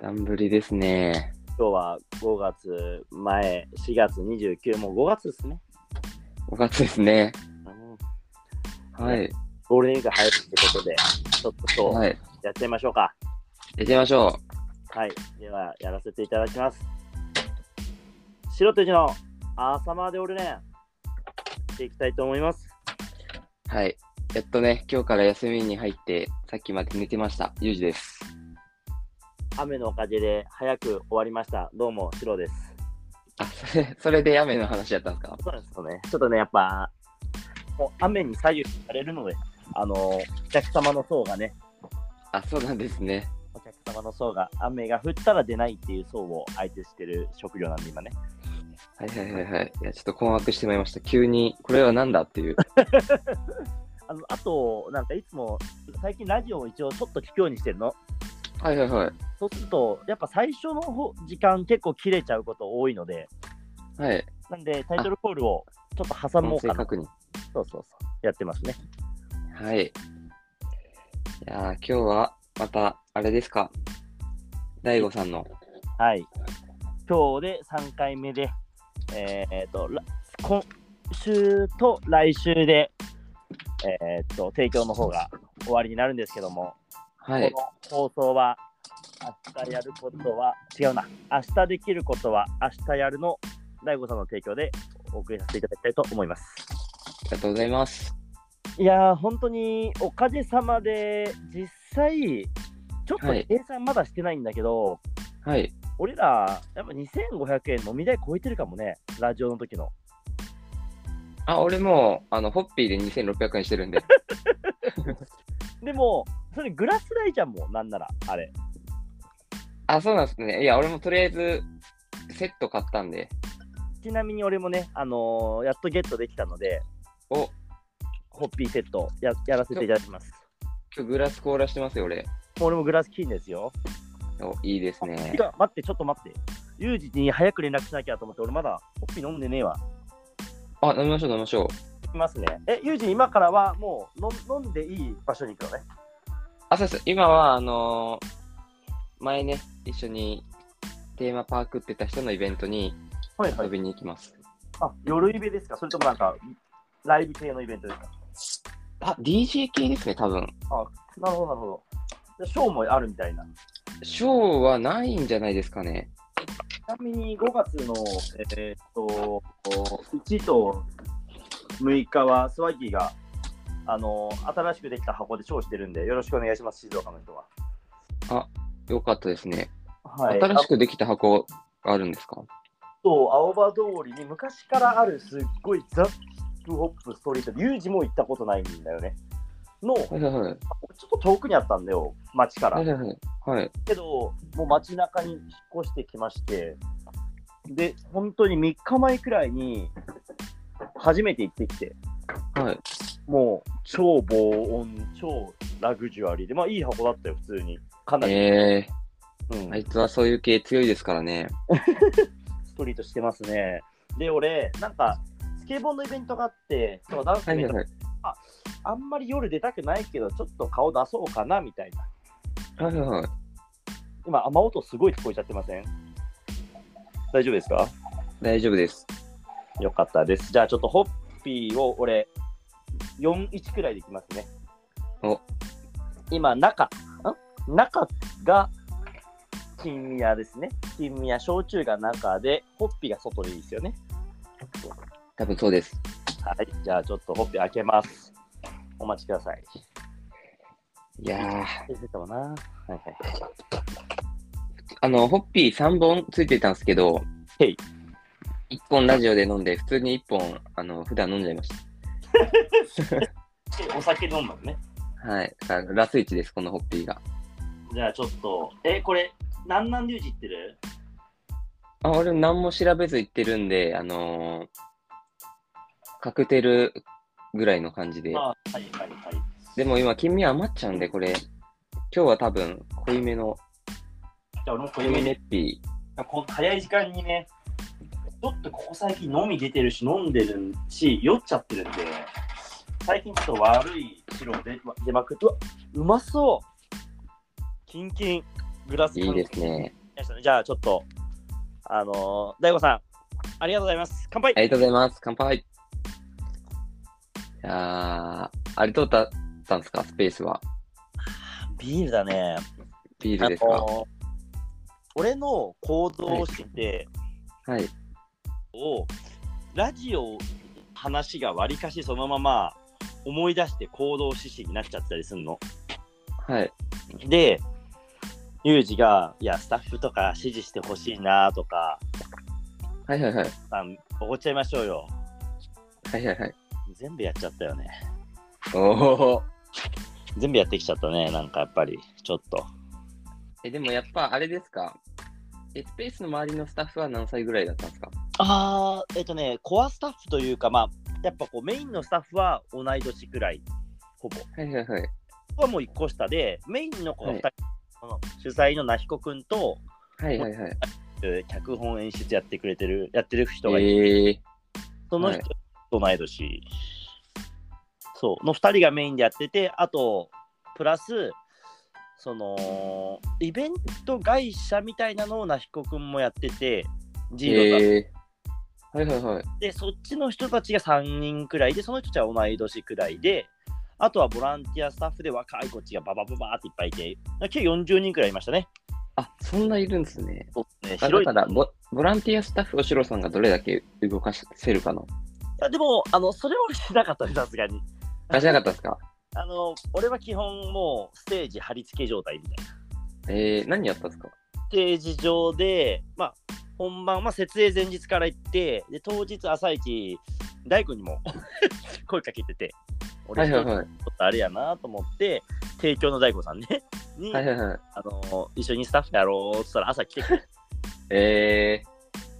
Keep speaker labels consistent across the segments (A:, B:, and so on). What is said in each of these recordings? A: ダンブリですね。
B: 今日は5月前、4月29、もう5月ですね。
A: 5月ですね。
B: うん
A: はい。
B: ゴールデンウィーク早いってことで、ちょっと今
A: は
B: 日
A: い。
B: やっちゃいましょうか。
A: やってみましょ
B: はい、ではやらせていただきます。白とじの朝まで俺ね、していきたいと思います。
A: う。はい。やっとね、今日から休みに入って、さっきまで寝てました。ゆうじです。
B: 雨のおかげで早く終わりました。どうも、白です。
A: あ、それ、それで雨の話やったんですか
B: そうなんですよね。ちょっとね、やっぱ、もう雨に左右されるので、あの、お客様の層がね、
A: あ、そうなんですね。
B: お客様の層が雨が降ったら出ないっていう層を相手してる職業なんで、今ね。
A: はいはいはいはい。いや、ちょっと困惑してまいりました。急に、これは何だっていう。
B: あのあと、なんかいつも、最近ラジオを一応ちょっと聞くようにしてるの。
A: はいはいはい。
B: そうすると、やっぱ最初の方時間結構切れちゃうこと多いので、
A: はい。
B: なんでタイトルコールをちょっと挟も
A: 音
B: う
A: 声
B: かな。
A: 確認。
B: そうそうそう。やってますね。
A: はい。いやー今日は、また、あれですか。大悟さんの。
B: はい。今日で3回目で、えーっと、ら今週と来週で、えーっと、提供の方が終わりになるんですけども、
A: はい。
B: この放送は明日やることは違うな明日できることは明日やるの大悟さんの提供でお送りさせていただきたいと思います
A: ありがとうございます。
B: いやー本当におかげさまで実際ちょっと
A: はい
B: 計算まだしてないんだけど、
A: はい。
B: 俺らやっぱ2500円飲み代超えてるかもねラジオの時の
A: あ、俺もう、あの、ホッピーで2600円し てるんで。
B: でもそれグラス代じゃんもうなんならあれ
A: あ、そうなんですね。いや、俺もとりあえず、セット買ったんで。
B: ちなみに俺もねあのーやっとゲットできたので
A: お、
B: ホッピーセットややらせていただきます
A: 今日グラス凍らしてますよ、俺。
B: もう俺もグラス金ですよ
A: お、いいですね
B: い。や待って、ちょっと待って。ユージに早く連絡しなきゃと思って、俺まだコッピー飲んでねえわ。
A: あ、飲みましょう、飲みましょう。
B: 行きますね。え、ユージ、今からはもう飲飲んでいい場所に行くのね。
A: あ、そうです。今は、あのー前ね、一緒にテーマパークってた人のイベントに
B: はい
A: 遊。びに行きます。
B: あ、夜イベですかそれともなんか、ライブ系のイベントですか
A: あ、DJ 系ですね、多分。
B: なるほど、なるほど。じゃあショーもあるみたいな。ち
A: ショーはないんじゃないですかね。
B: なみに5月の、えーっと、1と6日は、スワギーが、あの、新しくできた箱でショーしてるんで、よろしくお願いします、静岡の人は。
A: よかったですね。
B: は
A: 新しくできた箱があるんですか
B: と青葉通りに昔からあるすっごいザ・ヒップホップストリートで、ユージも行ったことないんだよね。の、ちょ
A: はいはいはい。
B: っと遠くにあったんだよ、町か
A: は
B: ら
A: い。はいはい。はい。
B: けど、もう街中に引っ越してきまして、で、本当に3日前くらいに、初めて行ってきて、
A: はい、
B: もう超防音、超ラグジュアリーで、まあいい箱だったよ、普通に。かなり、
A: え
B: うん
A: ー、あいつはそういう系強いですからね。
B: ストリートしてますね。で、俺、なんか、スケボーのイベントがあって、そのダンス
A: は
B: イ
A: い
B: ベン
A: は
B: ト
A: いはい。
B: あんまり夜出たくないけど、ちょっと顔出そうかなみたいな。
A: はいはいはい。
B: 今、雨音すごい聞こえちゃってません大丈夫ですか
A: 大丈夫です。
B: よかったです。じゃあ、ちょっとホッピーを俺、41くらいでいきますね。
A: お
B: 今、中、ん中が金宮ですね。金宮、焼酎が中で、ホッピーが外でいいですよね。
A: 多分そうです。
B: はい。じゃあ、ちょっとホッピー開けます。お待ちください。
A: いやー、
B: 出てたもな。はいはい。
A: あの、ホッピー3本ついてたんですけど、
B: へい
A: 1本ラジオで飲んで、普通に1本、あの、普段飲んじゃいまし
B: お酒飲んだのね。
A: た。はい。だからラスイチです、このホッピーが。
B: じゃあちょっと、え、これ、南南リュウジってる
A: あ、俺何も調べず行ってるんで、あのーカクテルぐらいの感じで。
B: あはいはいはい。
A: でも今、金味余っちゃうんで、これ、今日は多分、濃いめの、
B: じゃあ俺もこ
A: 濃
B: れ
A: い
B: 見
A: め
B: ね、
A: ネッピ
B: こ早い時間にね、ちょっとここ最近飲み出てるし、飲んでるし、酔っちゃってるんで、最近ちょっと悪い白で出まくって、うわうまそうキンキン。グラス
A: いいですね。
B: じゃあちょっと、あのー、大悟さん、ありがとうございます。乾杯
A: ありがとうございます。乾杯。いやーあれどうだったんですか、スペースは。
B: ビールだね。
A: ビー
B: あの
A: ルですか。
B: ー俺の行動をしてて、
A: はい。
B: をラジオ話がわりかしそのまま思い出して行動指針になっちゃったりするの。
A: はい。
B: で、ユージが、いや、スタッフとか指示してほしいなとか、
A: はいはいはい。
B: あのおごっちゃいましょうよ。
A: はいはいはい。
B: 全部やっちゃったよね。
A: おお。
B: 全部やってきちゃったね、なんかやっぱり、ちょっと。
A: え、でもやっぱあれですか。え、スペースの周りのスタッフは何歳ぐらいだったんですか
B: あー、えっとね、コアスタッフというか、まあ、やっぱこうメインのスタッフは同い年くらい、ほぼ。こ
A: はいはいはい。
B: こはもう1個下で、メインの子が2人、その主催の那彦くんと、
A: はいはいはい。
B: えー脚本演出やってくれてる、やってる人がいて、
A: えー、
B: その人と同い年、そう、の2人がメインでやってて、あと、プラス、その、イベント会社みたいなのを那彦くんもやってて、ジーロさん
A: えー、はいはいはい。
B: で、そっちの人たちが3人くらいで、その人たちは同い年くらいで、あとはボランティアスタッフで若い子たちがババババーっていっぱいいて、計40人くらいいましたね。
A: あ、そんないるんですね。
B: そうね、
A: あだ
B: 広い。
A: か
B: い
A: らボ、ボランティアスタッフをシロさんがどれだけ動かせるかの。
B: やでも、あの、それはしなかったね、さすがに。
A: あ、しなかったですか
B: あの、俺は基本もうステージ貼り付け状態みたいな。
A: えー、何やったんですか
B: ステージ上で、まあ、本番、まあ、設営前日から行って、で、当日朝一、大工にも 声かけてて、俺
A: はい
B: 一
A: はい
B: 人ち
A: は
B: ょ
A: い。
B: っとあれやなと思って、提供の大工さん ね、に、
A: はいはいはい。
B: あの一緒にスタッフやろうっつったら朝来てくれ
A: え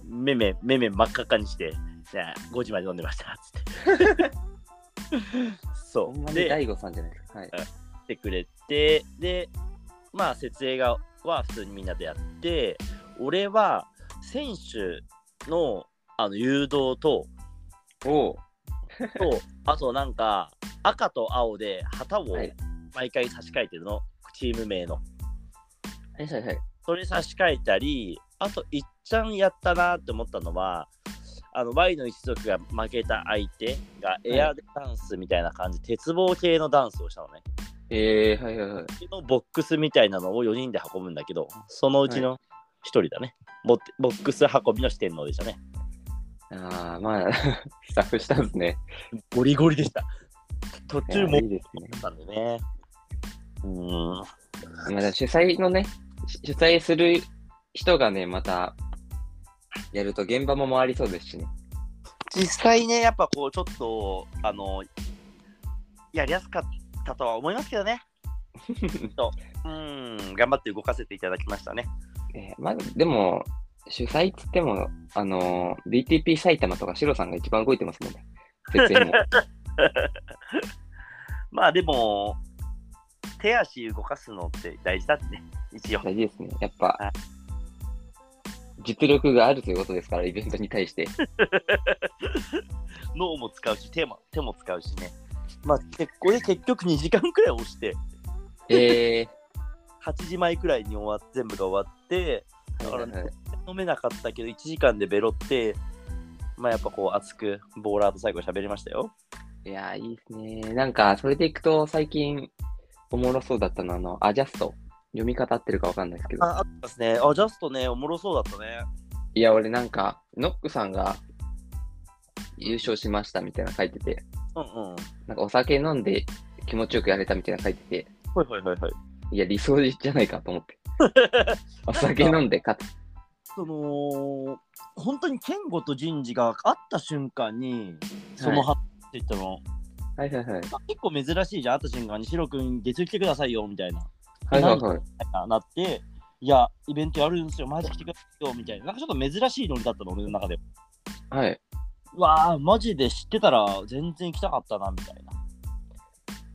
B: めめめめ真っ赤っかにしてじゃあ5時まで飲んでましたっつって
A: ー、ほ
B: そ
A: んま
B: う
A: に
B: で
A: 大悟さんじゃないですか。はい。
B: 来てくれてでまあ設営がは普通にみんなでやって俺は選手のあの誘導 と
A: おー
B: とあとなんか赤と青で旗を
A: はい
B: 毎回差し替えてるの、チーム名の
A: はいはいはい。
B: それ差し替えたり、あと、いっちゃんやったなって思ったのは、あの、Y の一族が負けた相手がエアダンスみたいな感じ、鉄棒系のダンスをしたのね。
A: えー、はいはいはい。
B: のボックスみたいなのを4人で運ぶんだけど、そのうちの1人だね。ボボックス運びの四天王でしたね。
A: あー、まあ、 スタッフしたんですね。
B: ゴリゴリでした。途
A: いや
B: 中
A: ー
B: も
A: いいですね。
B: ったんでね。うーん。
A: まだ主催のね、し主催する人がね、また、やると現場も回りそうですしね。
B: 実際ね、やっぱこう、ちょっと、あの、やりやすかったとは思いますけど ね。うん、頑張って動かせていただきましたね。
A: えーまあ、でも、主催っつっても、あのー BTP 埼玉とかシロさんが一番動いてますもんね。設営も。
B: まあでも、手足動かすのって大事だってね、一応。
A: 大事ですね。やっぱ
B: は、
A: 実力があるということですから、イベントに対して。
B: 脳も使うし、手も手も使うしね。まあ、でこれ結局2時間くらい押して、
A: え
B: 8時前くらいに終わっ全部が終わって、
A: ー、
B: だから
A: はいはいはい
B: 飲めなかったけど、1時間でベロって、まあやっぱこう熱く、ボーラーと最後喋りましたよ。
A: いやー、いいですね。なんか、それでいくと、最近、おもろそうだったのは、あの、アジャスト。読み方合ってるかわかんないですけど。
B: あ、あったですね。あ、ジャストね、おもろそうだったね。
A: いや、俺なんか、ノックさんが優勝しましたみたいなの書いてて、
B: うんうん。
A: なんかお酒飲んで気持ちよくやれたみたいなの書いてて、
B: はいはいはいはい。
A: いや、理想じゃないかと思って。お酒飲んで勝つ。
B: その本当に健吾と人事が会った瞬間にその話って言ったの、
A: はいはいはい。
B: 結構珍しいじゃん会った瞬間に「シロ君月曜来てくださいよ」みたいな
A: はいはいはい。
B: なって「いやイベントやるんですよマジ来てくださいよ」みたいななんかちょっと珍しいノリだったの俺の中で
A: はい。
B: うわあマジで知ってたら全然来たかったなみたいな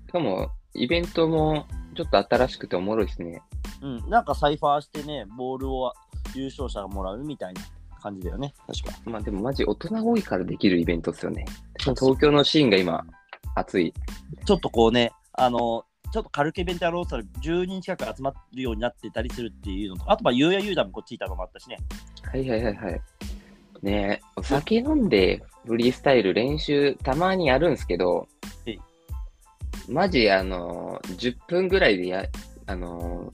A: しかも、イベントもちょっと新しくておもろいですね。
B: うんなんかサイファーしてねボールを優勝者がもらうみたいな感じだよね確か
A: まあでもマジ大人多いからできるイベントですよね。しかも東京のシーンが今、熱い。
B: ちょっとこうね、あの、ちょっと軽くイベントやろうとしたら10人近く集まるようになってたりするっていうのと、あとまあ、ゆうやゆうだもこっちいたのもあったしね。
A: はいはいはいはい。ねえ、お酒飲んでフリースタイル練習たまにやるんすけど
B: えい、
A: マジあのー、10分ぐらいでや、あの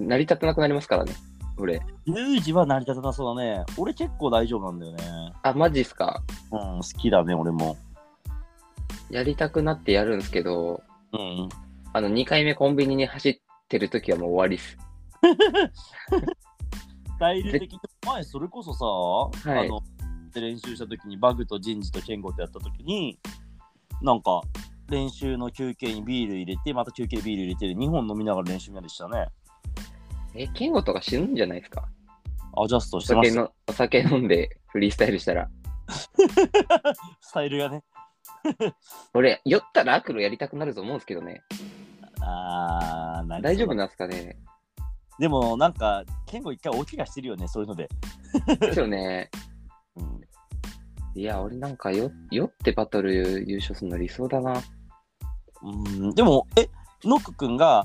A: ー、成り立たなくなりますからね、俺。
B: ユージは成り立たなそうだね。俺結構大丈夫なんだよね。
A: あ、マジっすか。
B: うん、好きだね、俺も。
A: やりたくなってやるんすけど、
B: うん。
A: あの、2回目コンビニに走ってる時はもう終わりっす。
B: スタイル的に前、それこそさ、
A: はい
B: あの、練習した時に、バグとジンジとケンゴとやった時に、なんか、練習の休憩にビール入れて、また休憩でビール入れて、2本飲みながら練習みたいでしたね。
A: え、ケンゴとか死ぬんじゃないですか
B: アジャスト
A: お
B: してま
A: 酒
B: す。
A: の、お酒飲んでフリースタイルしたら。
B: スタイルがね。
A: 俺、酔ったらアクロやりたくなると思うんですけどね。
B: あー、なりそうだ
A: 大丈夫なんですか ね。
B: でも、なんか、ケンゴ一回大怪我してるよね、そういうので。
A: ですよね。
B: うん、
A: いや、俺なんかよ、酔ってバトル優勝するの理想だな。
B: うんでも、え、ノック君が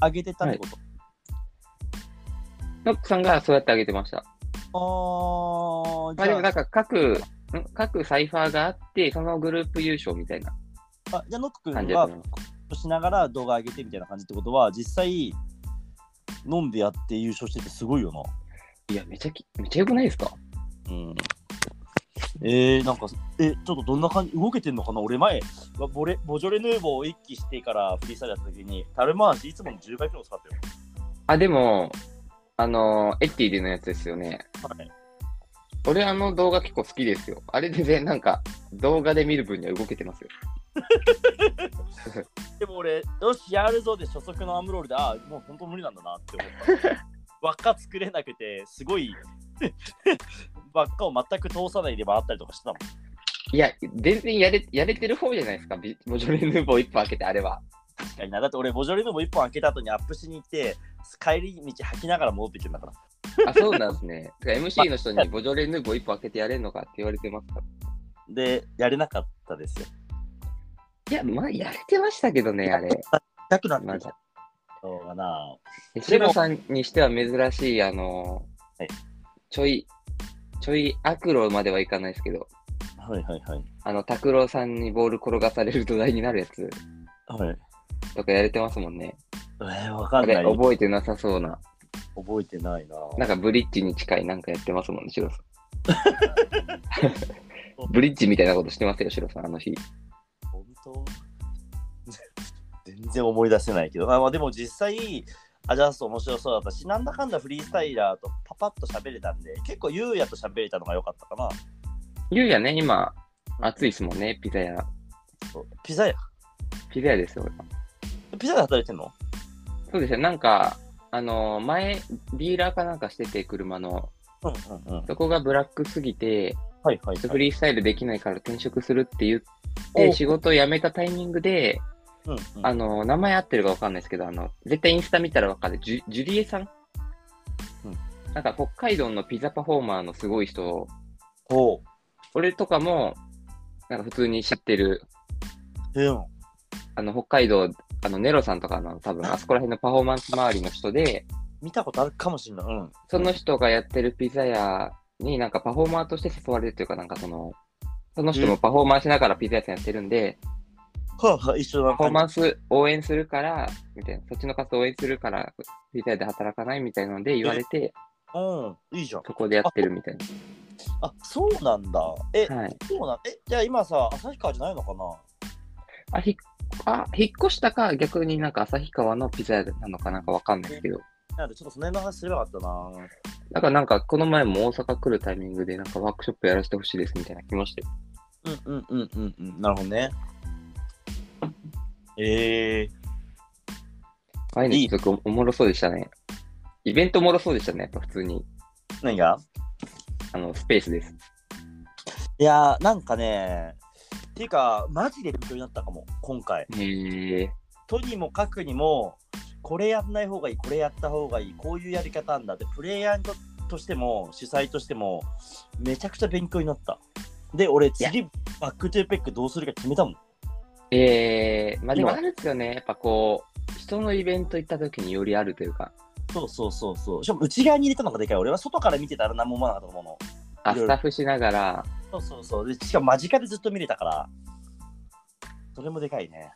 B: 上げてたってこと、
A: ノックさんがそうやってあげてました。
B: あ
A: ま
B: ー
A: あ
B: じ
A: で
B: ゃ
A: も
B: あ、
A: なんか各、ん各サイファーがあって、そのグループ優勝みたいな
B: あじゃあノック君
A: 感じだ
B: が
A: と思う。
B: しながら動画上げてみたいな感じってことは、実際、飲んでやって優勝しててすごいよ
A: いや、めちゃき、めちゃ良くないですか
B: な。うん。えー、なんか、え、ちょっとどんな感じ、動けてんのかな俺前、わボレボジョレ・ヌーボーを一気してからフリースタイルやった時に、タルマージいつもの10倍くらい使ったよ。
A: あ、でも、あのーエッティでのやつですよね。
B: はい
A: 俺あの動画結構好きですよ。あれ全然なんか、動画で見る分には動けてますよ。
B: でも俺、よし、やるぞで初速のアームロールで、ああ、もう本当無理なんだなって思った。 輪っか作れなくて、すごい 輪っかを全く通さないで回ったりとかしてたもん。
A: いや、全然やれ、やれてる方じゃないですか。ビボジョレ・ヌーボー一本開けて、あれは。
B: 確かにな。だって俺、ボジョレーヌも1本開けた後にアップしに行って、帰り道吐きながら戻ってきてんだから。
A: あ、そうなんですね。てか MC の人にボジョレ・ヌーボー一本開けてやれんのかって言われてますから。
B: で、やれなかったですよ。
A: いや、まあ、やれてましたけどね、あれ。
B: 痛くな
A: ま
B: ってき
A: だ
B: た。そうだな。
A: シロさんにしては珍しい、あのー
B: はい
A: ちょい、ちょいアクロまではいかないですけど、
B: はいはいはい。
A: あの、拓郎さんにボール転がされる土台になるやつ
B: はい。
A: とかやれてますもんね。
B: えー、わか
A: あ
B: んな
A: れ、
B: い。覚
A: 覚えてなさそうな。
B: えてないな。
A: なんかブリッジに近いなんかやってますもんね、シロさん。ブリッジみたいなことしてますよ、シロさん、あの日。
B: 本当 全然思い出せないけど、まあ、まあでも実際、アジャスト面白そうだったし、なんだかんだフリースタイラーとパパッと喋れたんで、結構ゆうやと喋れたのが良かったかな。
A: ゆうやね、今、暑いですもんね、ピザ屋。
B: そうピザ屋
A: ピザ屋ですよ、俺は
B: ピザ屋で働いてんの
A: そうですよ、なんか、あのー前、ディーラーかなんかしてて、車の。
B: うんうんうん。
A: そこがブラックすぎて、
B: はいはい、
A: ちょっとフ
B: はい。
A: リースタイルできないから転職するって言っ
B: お
A: て、仕事を辞めたタイミングで、
B: うんうん、
A: あの、名前合ってるかわかんないですけど、あの、絶対インスタ見たらわかる、ジュジュリエさん、
B: うん
A: なんか北海道のピザパフォーマーのすごい人、
B: ほ
A: 俺とかも、なんか普通に知ってる、
B: う。うん。
A: あの、北海道、あの、ネロさんとかの多分、あそこら辺のパフォーマンス周りの人で、
B: 見たことあるかもしれない。うん。
A: その人がやってるピザ屋になんかパフォーマーとして誘われるというか、なんかその、その人もパフォーマーしながらピザ屋さんやってるんで、
B: はあ、はあ、一緒だ
A: パフォーマンス応援するから、みたいな、そっちの活動応援するから、みたいで働かないみたいなので言われて、
B: うん、いいじゃん。
A: そこでやってるみたい
B: あ、そうなんだ。え、
A: な。はい。
B: そうなんえ、じゃあ今さ、旭川じゃないのかな
A: あ、ひっあ引っ越したか、逆になんか旭川のピザ屋なのかなんかわかんないですけど、
B: なんでちょっとその辺の話すればよかったな。
A: だからなんかこの前も大阪来るタイミングでなんかワークショップやらせてほしいですみたいな来ましたよ。
B: うんうんうんうんうん。なるほどね。ええ
A: ああいうのちょっとおもろそうでしたね。イベントおもろそうでしたね、やっぱ普通に。
B: 何が
A: あの、スペースです。
B: いやー、なんかね、っていうか、マジで勉強になったかも、今回。
A: へえ。
B: とにもかくにも、これやんない方がいい、これやった方がいい、こういうやり方なんだって、プレイヤーにととしても、主催としても、めちゃくちゃ勉強になった。で、俺、次、バックトゥーペックどうするか決めたもん。
A: ええまあでも
B: 今
A: あるんですよね。やっぱこう、人のイベント行った時によりあるというか、
B: そうそうそうそう。しかも内側に入れたのがでかい。俺は外から見てたら何も思わなかったもの。
A: あ、
B: いろいろ
A: スタッフしながら、
B: そうそうそう。でしかも間近でずっと見れたから、それもでかいね。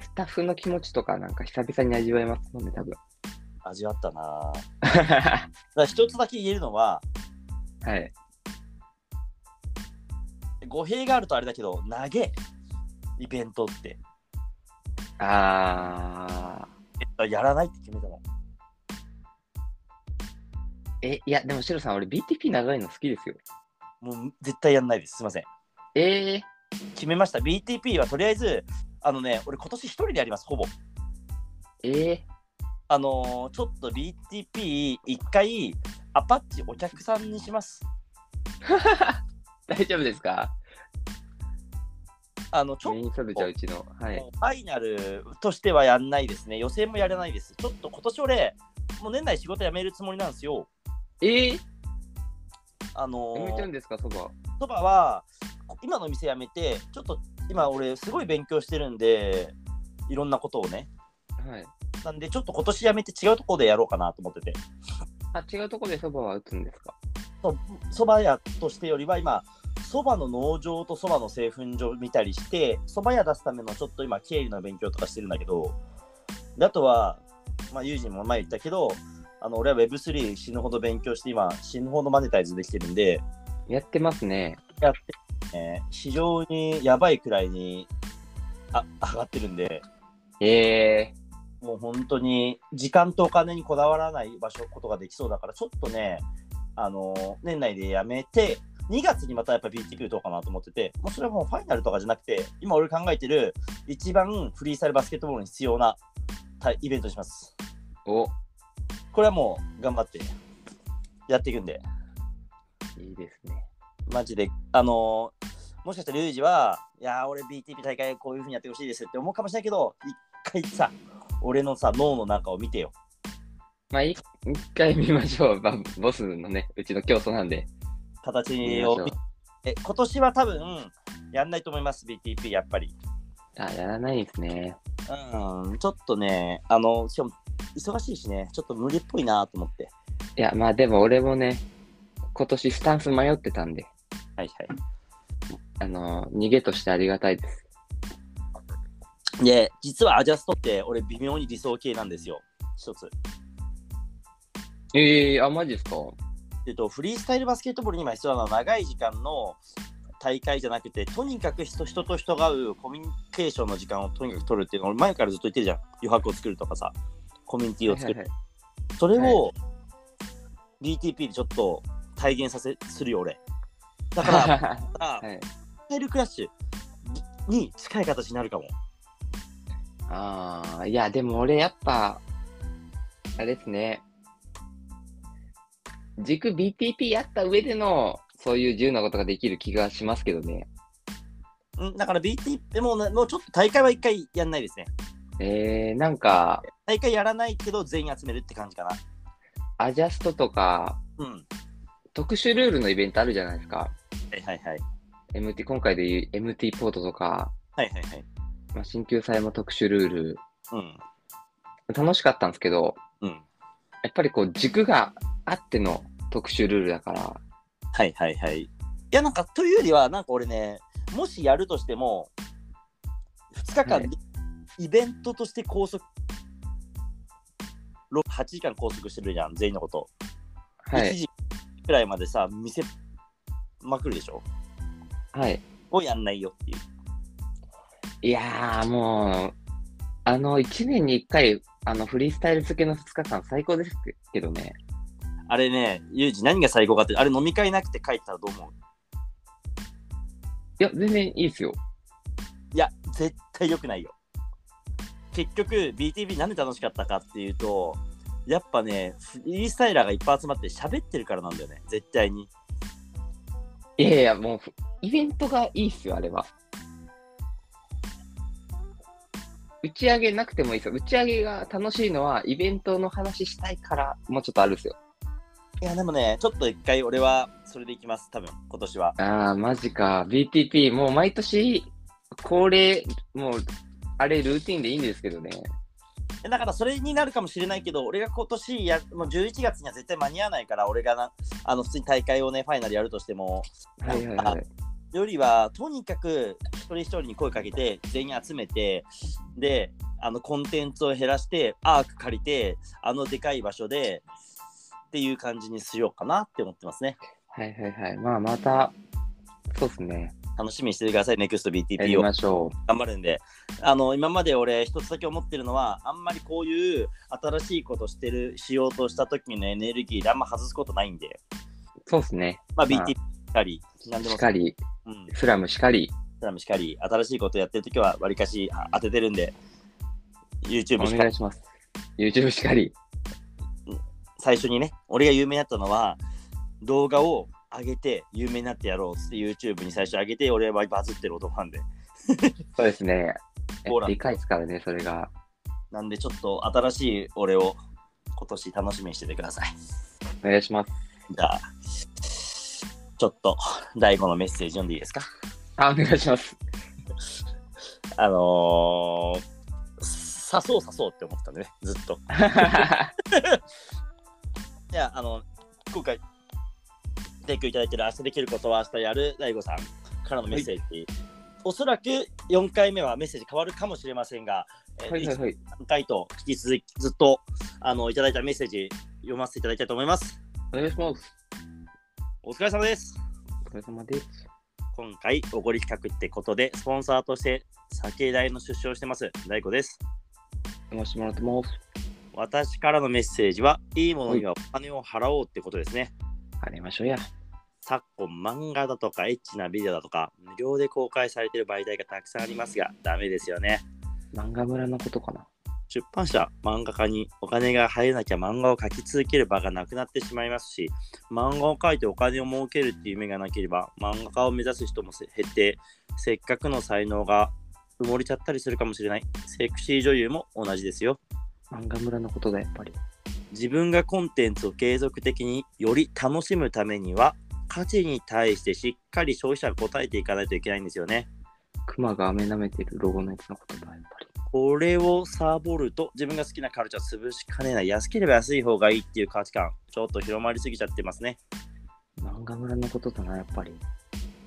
A: スタッフの気持ちとかなんか久々に味わえますもんね、 多分。
B: 味わったなぁだか
A: は
B: ら一つだけ言えるのは、
A: い。
B: 語弊があるとあれだけど、投げ、イベントって。
A: あ
B: やらないって決めたの。
A: ー。え、いや、でもシロさん、俺 BTP 長いの好きですよ。
B: もう絶対やんないです。すいません。
A: ええ
B: 決めました。BTP はとりあえず、あのね、俺今年一人でやります、ほぼ。
A: ええ
B: あのーちょっと BTP 一回、アパッチお客さんにします。
A: 大丈夫ですか
B: あの、ちょっ
A: メインサブじゃうちの。はい。
B: ファイナルとしてはやんないですね。予選もやらないです。ちょっと今年俺、もう年内仕事辞めるつもりなんですよ。
A: ええ
B: あの
A: ー、向いてるん
B: ー、
A: ですか、そば。
B: そばは、こ今のお店辞めて、ちょっと今俺、すごい勉強してるんで、いろんなことをね。
A: はい。
B: なんで、ちょっと今年辞めて違うところでやろうかなと思ってて。
A: あ、違うとこでそばは打つんですか
B: そば屋としてよりは今、そばの農場とそばの製粉所見たりして、そば屋出すためのちょっと今、経理の勉強とかしてるんだけど、であとは、まあ、ユージンも前言ったけど、あの俺は Web3 死ぬほど勉強して、今、死ぬほどマネタイズできてるんで、
A: やってますね。
B: やって、ね、非常にやばいくらいにあ上がってるんで、
A: ええ
B: もう本当に時間とお金にこだわらない場所ことができそうだから、ちょっとね、あの年内でやめて、2月にまたやっぱ BTP 打とうかなと思ってて、もうそれはもうファイナルとかじゃなくて、今俺考えてる一番フリースタイルバスケットボールに必要なタイイベントにします。
A: お、
B: これはもう頑張ってやっていくんで、
A: いいですね。
B: マジで、あのもしかしたらリュウジは、いやー、俺 BTP 大会こういうふうにやってほしいですって思うかもしれないけど、一回さ、俺のさ、脳の中を見てよ。
A: まあ、い一回見ましょう。まあ、 ボスのね、うちの競争なんで。
B: 形
A: 見ま
B: を
A: しょう。
B: え今年は多分やんないと思います BTP やっぱり
A: あ、やらないですね。
B: うんちょっとねあのしかも忙しいしねちょっと無理っぽいなと思って
A: いや、まあでも俺もね、今年スタンス迷ってたんで、
B: はいは
A: あのー逃げとしてありがたいです。
B: いで実はアジャストって俺微妙に理想系なんですよ一つ
A: ええあ、マジですか
B: えっとフリースタイルバスケットボールに今必要なのは長い時間の大会じゃなくてとにかく人人と人が会うコミュニケーションの時間をとにかく取るっていうの俺前からずっと言ってるじゃん余白を作るとかさコミュニティを作る
A: はいはいはい
B: それを BTP でちょっと体現させするよ俺だからまた
A: はい、
B: スタイルクラッシュに近い形になるかも
A: ああ、いや、でも俺やっぱ、あれですね、軸 BTP やった上での、そういう自由なことができる気がしますけどね。
B: うんだから BTP もうねもうちょっと大会は一回やんないですね
A: えー、なんか、
B: 大会やらないけど全員集めるって感じかな
A: アジャストとか、
B: うんは
A: 特殊ルールのイベントあるじゃないですか。
B: いはいはい
A: MT、今回で言う MT ポートとか、
B: はいはいはい
A: まあ、新旧祭も特殊ルール、
B: うん
A: 楽しかったんですけど、
B: うん
A: やっぱりこう軸があっての特殊ルールだから、
B: はいはいはいいやなんかというよりはなんか俺ねもしやるとしても2日間でイベントとして拘束ろ8時間拘束してるじゃん全員のこと
A: は
B: 1
A: い、
B: 時くらいまでさ見せまくるでしょ
A: はい。
B: をやんないよっていう
A: いやーもう、あの、1年に1回、あの、フリースタイル付けの2日間最高ですけどね。
B: あれね、ユージ何が最高かって、あれ飲み会なくて帰ったらどう思う
A: いや、全然いいですよ。
B: いや、絶対良くないよ。結局、BTB なんで楽しかったかっていうと、やっぱね、フリースタイラーがいっぱい集まって喋ってるからなんだよね、絶対に。
A: いやいや、もう、イベントがいいっすよ、あれは。打ち上げなくてもいいですよ。打ち上げが楽しいのは、イベントの話したいから、もうちょっとあるっすよ。
B: いや、でもね、ちょっと一回俺はそれでいきます、多分今年は。
A: ああ、マジか。BTP、もう毎年、恒例、もう、あれ、ルーティンでいいんですけどね。
B: えだからそれになるかもしれないけど、俺が今年や、もう11月には絶対間に合わないから、俺がなあの普通に大会をね、ファイナルやるとしても、
A: はいはいはい。
B: よりは、とにかく一人一人に声かけて、全員集めて、で、あのコンテンツを減らして、アーク借りて、あのでかい場所で、っていう感じにしようかなって思ってますね。
A: はいはいはい。まあ、また、そうですね。
B: 楽しみにしててください、
A: やり
B: NEXTBTP を。
A: ましょ
B: 頑張るんで、あの今まで俺、一つだけ思ってるのは、あんまりこういう新しいことしてるしようとした時のエネルギーであんま外すことないんで、
A: う。そうですね。
B: まあ、
A: まあ
B: BT しかり、なんで
A: し
B: も、
A: かり、
B: うん、
A: スラムしかり、
B: スラムしかり、新しいことやってる時は、わりかしあ当ててるんで、
A: お
B: YouTube しか
A: 願
B: り、
A: いします。YouTube しかり。
B: 最初にね、俺が有名になったのは、動画を上げて有名になってやろうっつって YouTube に最初上げて、俺はバズってる男なんで、
A: そうですね。
B: ほら
A: でかいですからね、それが。
B: なんでちょっと新しい俺を今年楽しみにしててください。
A: お願いします。
B: じゃあ、ちょっと、大悟のメッセージ読んでいいですか
A: あ、お願いします。
B: あのー、さそうさそうって思ってたんでね、ずっと。じゃあ、あの、今回、提供いただいてる明日できることは明日やる大悟さんからのメッセージ。おそらく4回目はメッセージ変わるかもしれませんが、え
A: はいはいはい。
B: 3回と引き続きずっとあのいただいたメッセージ読ませていただきたいと思います。
A: お願いします。
B: お疲れ様です。
A: お疲れ様です。
B: 今回おごり企画ってことでスポンサーとして酒代の出資をしてます大子です
A: お待してもらってます。
B: 私からのメッセージはいいものにはお金を払おうってことですね
A: ありましょうや。
B: 昨今漫画だとかエッチなビデオだとか無料で公開されてる媒体がたくさんありますがダメですよね
A: 漫画村のことかな。
B: 出版社漫画家にお金が入らなきゃ漫画を描き続ける場がなくなってしまいますし漫画を描いてお金を儲けるっていう夢がなければ漫画家を目指す人もせ減ってせっかくの才能が埋もれちゃったりするかもしれないセクシー女優も同じですよ
A: 漫画村のことだ、やっぱり。
B: 自分がコンテンツを継続的により楽しむためには価値に対してしっかり消費者が応えていかないといけないんですよね
A: 熊が飴舐めてるロゴのやつのことだ、やっぱり。
B: これをサボると自分が好きなカルチャーを潰しかねない安ければ安い方がいいっていう価値観ちょっと広まりすぎちゃってますね
A: 漫画村のことだな、やっぱり。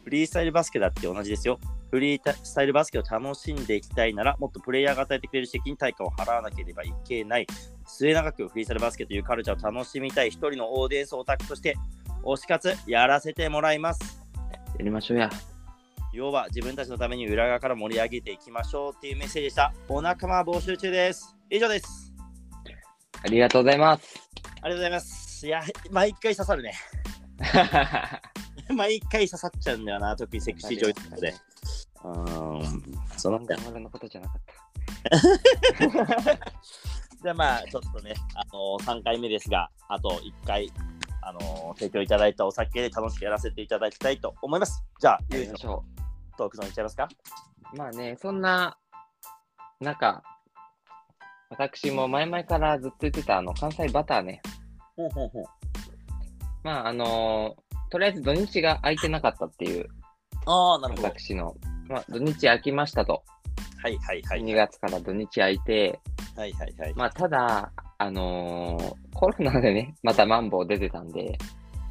B: フリースタイルバスケだって同じですよフリースタイルバスケを楽しんでいきたいならもっとプレイヤーが与えてくれる責任対価を払わなければいけない末永くフリースタイルバスケというカルチャーを楽しみたい一人のオーディエンスオタクとして推し活やらせてもらいます
A: やりましょうや。
B: 要は自分たちのために裏側から盛り上げていきましょうっていうメッセージでしたお仲間募集中です以上です
A: ありがとうございます。
B: ありがとうございます。いや、毎回刺さるね。 毎回刺さっちゃうんだよな、特にセクシー女優とかで。うーん、そうなんだ
A: 漫
B: よ。
A: 画村のことじゃなかっ
B: じゃあまあ、ちょっとね、あの3回目ですが、あと1回、あの提供いただいたお酒で楽しくやらせていただきたいと思います。じゃあ、
A: た。
B: ゆ
A: や
B: う
A: り
B: き
A: ま
B: の
A: しょ
B: トークゾーンいっちゃいますか
A: う。まあね、そんな、中、私も前々からずっと言ってた、あの、関西バターね。
B: ほうほうほう。
A: まあ、あのとりあえず土日が空いてなかったっていう、
B: ああ、なるほど。
A: 私の、まあ、土日空きましたと。
B: はいはいはい。
A: 2月から土日空いて、
B: はいはいはい。
A: まあ、ただ、あのーコロナでね、またマンボウ出てたんで、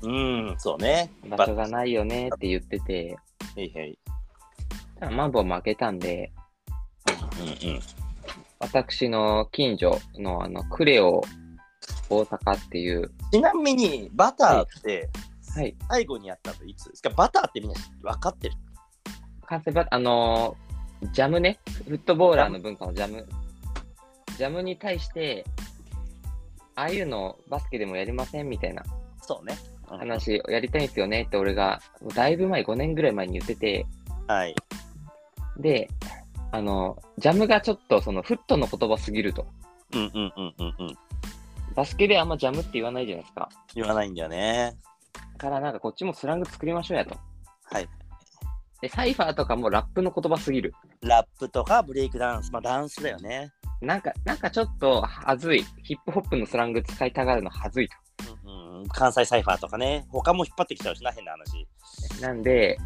B: うーん、そうね。
A: 場所がないよねって言ってて、
B: へいへい。
A: ただマンボウ負けたんで、
B: うんうん。
A: 私の近所のあのクレオ大阪っていう、
B: ちなみに、バターって
A: はい、
B: 最後にやったのいつですか、バターってみんな分かってる
A: 関西バあのージャムね、フットボーラーの文化のジャム、ジャムに対して、ああいうのバスケでもやりませんみたいな
B: そうね。
A: 話やりたいんですよねって俺がもうだいぶ前5年ぐらい前に言ってて
B: はい。
A: であのジャムがちょっとそのフットの言葉すぎると
B: うんうんうんうんうん。
A: バスケであんまジャムって言わないじゃないですか
B: 言わないんだよね。
A: だからなんかこっちもスラング作りましょうやと
B: はい。
A: でサイファーとかもラップの言葉すぎる
B: ラップとかブレイクダンス、まあダンスだよね。
A: なんかなんかちょっとはずいヒップホップのスラング使いたがるのはずいと
B: うんうん、関西サイファーとかね。他も引っ張ってきちゃうしな、変な話。
A: なんで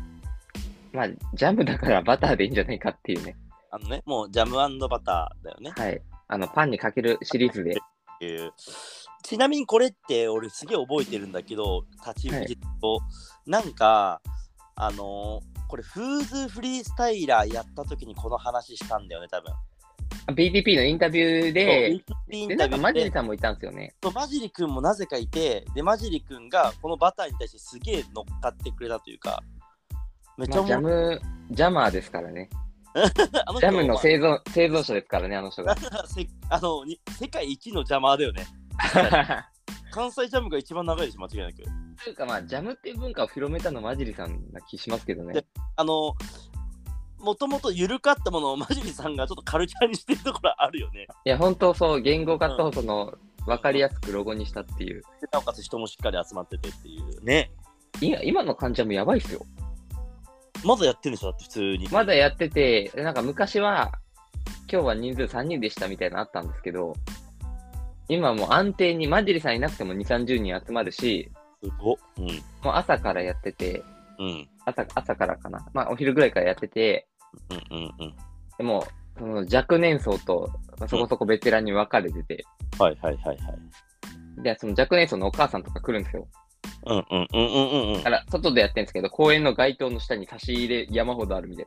A: まあ、ジャムだからバターでいいんじゃないかっていうね。
B: あのね、もうジャムバターだよね。
A: はい。あの、パンにかけるシリーズで。
B: っていうちなみにこれって俺すげえ覚えてるんだけど立ち打ちと、なんかあのーこれフーズフリースタイラーやった時にこの話したんだよね多分。
A: あ BTP のインタビューで、
B: そうイン
A: で、
B: タ
A: なん
B: ビ
A: か
B: ュ
A: マ
B: ー
A: ジ
B: で
A: リさんもいたんですよね。
B: そうマジリ君もなぜかいてでマジリ君がこのバターに対してすげえ乗っかってくれたというかめっち
A: ま
B: ゃ
A: あ、ジャ
B: 面白い
A: ム、ジャマーですからね。
B: あの人
A: ジャムの
B: まあ
A: 製造製造者ですからね、あの人が。
B: せあのに世界一の邪魔だよね 関西ジャムが一番長いでしょ間違いなく
A: というか、まあ、ジャムっていう文化を広めたのマジリさんな気しますけどね
B: で。あのもともと緩かったものをマジリさんがちょっとカルチャーにしてるところあるよね
A: いや、本当そう、言語化とその、わかりやすくロゴにしたっていう。
B: でなおかつ人もしっかり集まっててっていうね
A: 今今の患者もやばいっすよ。
B: まだやってるんでしょだって普通に、
A: まだやってて、でなんか昔は、今日は人数3人でしたみたいなのあったんですけど、今もう安定に、マジリさんいなくても2、30人集まるし、
B: すごっうん
A: もう朝からやってて、
B: うん
A: 朝朝からかな、まあお昼ぐらいからやってて、
B: うんうんうん
A: でもその若年層とまあそこそこベテランに分かれてて、
B: はいはいはいはい
A: で、その若年層のお母さんとか来るんですよ。
B: うんうんうんうんうんう
A: だ
B: ん
A: から、外でやってるんですけど、公園の街灯の下に差し入れ山ほどあるみたい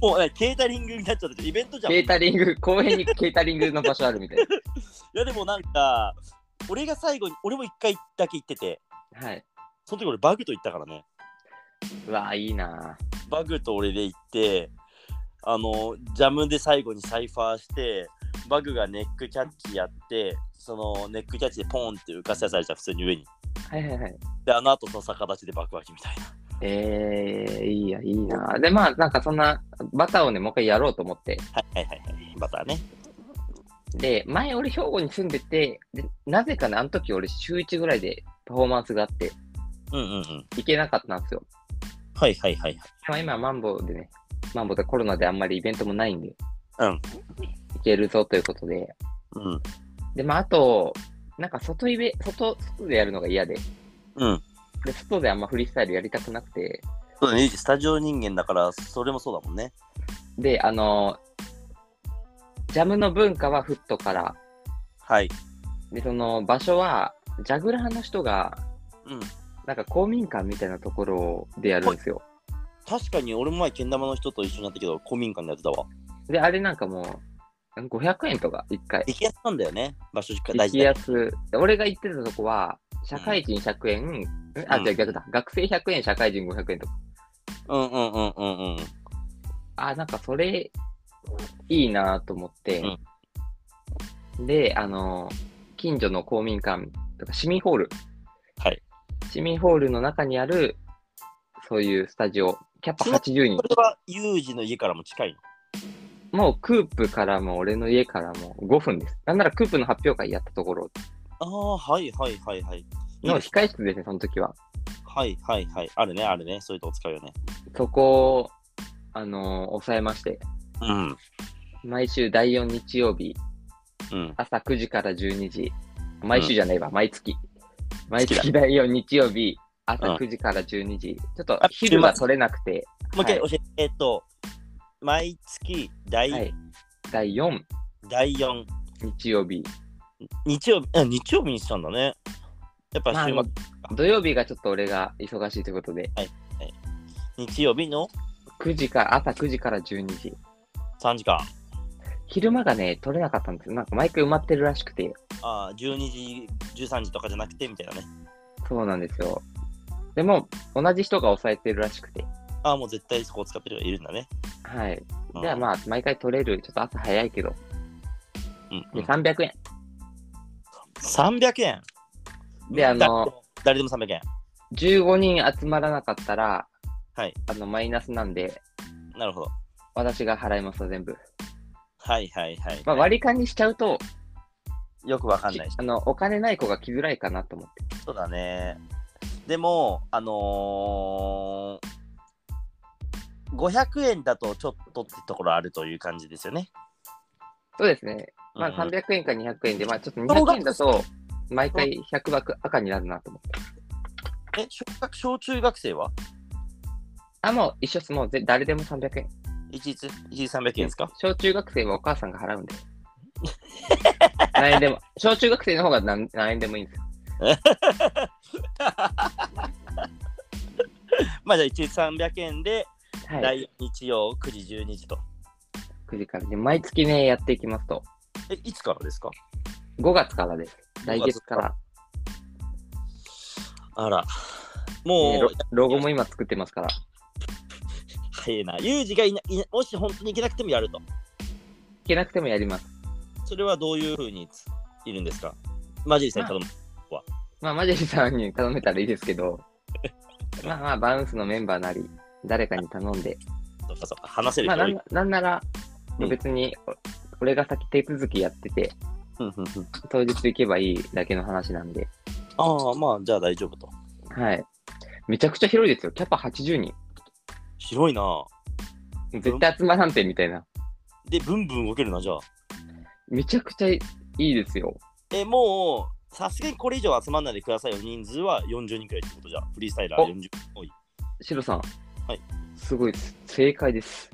B: もうねケータリングになっちゃっててイベントじ
A: な。
B: ゃん
A: ケータリング、公園にケータリングの場所あるみたい
B: いやでもなんか俺が最後に俺も一回だけ行ってて
A: な。はい。
B: その時俺バグと行ったからね
A: うわぁ、いいな
B: バグと俺で行ってあのジャムで最後にサイファーしてバグがネックキャッチやってそのネックキャッチでポンって浮かせされた普通に上に
A: ぁ。はいはいはい。
B: であの後と逆立ちで爆破きみたいな
A: えー、いいや、いいなぁ。で、まあ、なんかそんな、バターをね、もう一回やろうと思って。
B: はいはいはいはいバターね
A: で、前俺兵庫に住んでて、でなぜかね、あの時俺週1ぐらいでパフォーマンスがあって、
B: うんうんうん
A: 行けなかったんですよ。
B: はいはいはい
A: まあ今、マンボウでね、マンボウでコロナであんまりイベントもないんで、
B: うん
A: 行けるぞということで、
B: うん
A: で、まあ、あと、なんか外イベ、外、外でやるのが嫌で、
B: うん
A: で、外であんまフリースタイルやりたくなくて、
B: そうだねスタジオ人間だからそれもそうだもんね
A: で、あのジャムの文化はフットから、
B: はい
A: で、その場所は、ジャグラーの人が、
B: うん
A: なんか公民館みたいなところでやるんですよ。
B: 確かに俺も前けん玉の人と一緒になったけど公民館でやってたわ
A: で、あれなんかもう、500円とか、1回。
B: 激安なんだよね場所しっかり大事
A: 激
B: だよ
A: 安。で俺が行ってたとこは、社会人100円、んあ、
B: うん
A: じゃ逆だ。学生100円、社会人500円とか。
B: うんうんうんうんうん
A: あ、なんかそれ、いいなと思って、で、あの、近所の公民館とか市民ホール、
B: はい
A: 市民ホールの中にある、そういうスタジオ、キャパ80人
B: こ、れはユージの家からも近いの
A: もうクープからも俺の家からも5分です。なんならクープの発表会やったところ
B: ああはいはいはいはい
A: の控え室ですね、その時は。
B: はいはいはいあるねあるねそういうとこ使うよね
A: そこを、あの、抑えまして、
B: うん
A: 毎週第4日曜日、
B: うん
A: 朝9時から12時。毎週じゃないわ、毎月。毎月第4日曜日、朝9時から12時。ちょっと
B: あ
A: 昼
B: 昼
A: は
B: 間
A: 取れなくて、
B: もう一回
A: は
B: 教えて、えっと毎月第,、
A: はい、第4
B: 第4
A: 日曜日。
B: 日曜日あ日曜日にしたんだねやっぱ
A: まあ
B: 週末、
A: あの土曜日がちょっと俺が忙しいということで、
B: 日曜日の
A: 9時から、朝9時から12時。
B: 3時間
A: 昼間がね、取れなかったんですよ。なんか毎回埋まってるらしくて。
B: ああ12時13時とかじゃなくてみたいなね
A: そうなんですよ。でも、同じ人が抑えてるらしくて。
B: ああもう絶対そこを使ってる人がいるんだね
A: はい。
B: うん
A: じゃあまあ、毎回取れる、ちょっと朝早いけど、
B: うん
A: で300円。
B: 300円
A: で、あの、
B: 誰でも300円
A: 15人集まらなかったら、
B: はい
A: あのマイナスなんで、
B: なるほど
A: 私が払いますわ、全部。
B: はいはいはい、
A: まあ、割り勘にしちゃうと、
B: よくわかんないし
A: あのお金ない子が来づらいかなと思って。
B: そうだね。でも、あのー、500円だとちょっとってところあるという感じですよね。
A: そうですね。まあ、
B: うん
A: 300円か200円で、まあ、ちょっと
B: 総
A: 200
B: 額
A: 円だと、毎回100枠赤になるなと思って。
B: え、小学小中学生は
A: あ、もう一緒です。もうぜ誰でも300円。
B: 一律一律300円です か
A: 小中学生はお母さんが払うんで。何円でも。小中学生の方が何何円でもいいんですよ。
B: まあじゃあ一律300円で、
A: はい。
B: 来日曜9時12時と。
A: 9時からで、毎月ね、やっていきますと。
B: え、いつからですか
A: 5月からです。来月か
B: 5
A: ら。
B: あら。
A: ね
B: も
A: ロ
B: う、
A: ロゴも今作ってますから。
B: 早いな。ユージがいないな、もし本当に行けなくてもやると。
A: いけなくてもやります。
B: それはどういうふうについるんですかマジでさんに頼む。
A: まあ、マジェリさんに頼めたらいいですけ ど、まあまあ、バウンスのメンバーなり、誰かに頼んで、
B: そうかそうか話せる
A: まあ、
B: 人
A: な
B: 多い
A: んなんなら、
B: うん
A: 別に、お俺が先手続きやってて、
B: うんうんうん
A: 当日行けばいいだけの話なんで、
B: ああ、まあじゃあ大丈夫と。
A: はい。めちゃくちゃ広いですよ。キャパ80人。
B: 広いな。
A: 絶対集まらんて、みたいな。
B: で、ブンブン動けるな、じゃあ。
A: めちゃくちゃいいですよ。
B: え、もう、さすがにこれ以上集まんないでくださいよ。人数は40人くらいってことじゃ。フリースタイラー
A: お
B: 40人多い。
A: シロさん。
B: はい。
A: すごいです。正 解です。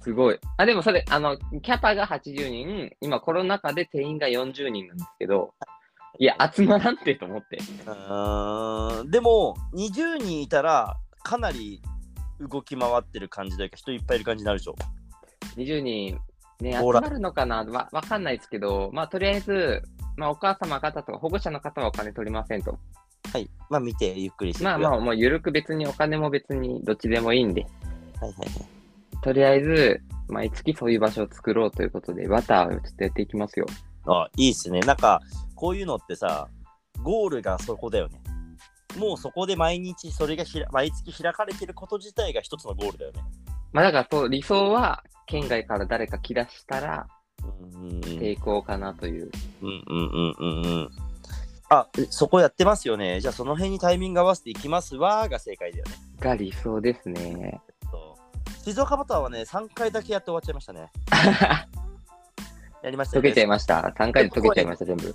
A: すごい。あ、でもそれ、あの、キャパが80人、今コロナ禍で定員が40人なんですけど、いや、集まらんってと思って。
B: うーんでも、20人いたら、かなり動き回ってる感じというか、人いっぱいいる感じになるでしょ。
A: 20人、ね、集
B: ほら
A: まるのかなわわかんないですけど、まあ、とりあえず、まあ、お母様方とか保護者の方はお金取りませんと。
B: はい。まあ見て、ゆっくりしてく
A: ま
B: だ
A: あ
B: さい。
A: まあ、もう緩く別にお金も別にどっちでもいいんで、
B: はいはいはい。
A: とりあえず、毎月そういう場所を作ろうということで、バターをちょっとやっていきますよ。
B: あいいっすね。なんか、こういうのってさ、ゴールがそこだよね。もうそこで毎日、それがひら毎月開かれてること自体が一つのゴールだよね。
A: まあだからそう理想は県外から誰か来だしたら
B: うん
A: 成功かなという。
B: うんうんうんうんうん。あそこやってますよね。じゃあその辺にタイミング合わせていきますわが正解だよね。
A: が理想ですね。
B: そう静岡バターはね、3回だけやって終わっちゃいました ね。やりました
A: 溶
B: よね。
A: けちゃいました。3回で溶けちゃいました、全部。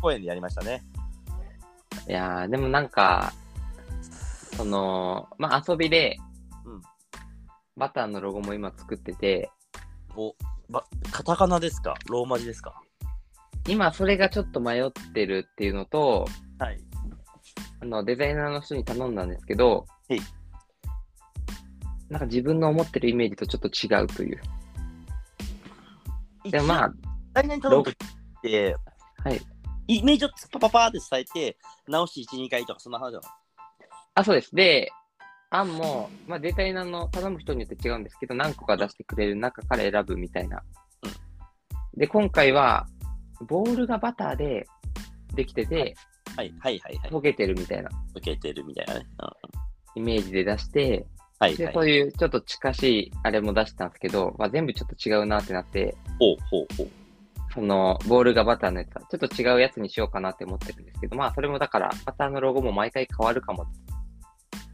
B: 公園でやりましたね。
A: いやー、でもなんか、その、まあ遊びで、
B: うん
A: バターのロゴも今作ってて、
B: おばカタカナですかローマ字ですか
A: 今それがちょっと迷ってるっていうのと、
B: はい。
A: あのデザイナーの人に頼んだんですけど
B: はい、
A: なんか自分の思ってるイメージとちょっと違うという。でも
B: あ
A: まあ、
B: 来年頼むときって、
A: はい。
B: イメージをパパパーって伝えて、直し1、2回とか、そんな話だ
A: あ、そうです。で、案も、まあ、デザイナーの頼む人によって違うんですけど、何個か出してくれる中から選ぶみたいな。で、今回は、ボールがバターでできてて、
B: はいはいはいはい。
A: 溶けてるみたいな
B: 受けてるみたいなね。うん
A: イメージで出して、
B: はい
A: で、
B: は
A: そ
B: い。
A: ういうちょっと近しいあれも出したんですけど、まあ、全部ちょっと違うなってなって、
B: ほうほうほう。
A: その、ボールがバターのやつは、ちょっと違うやつにしようかなって思ってるんですけど、まあ、それもだから、バターのロゴも毎回変わるかも。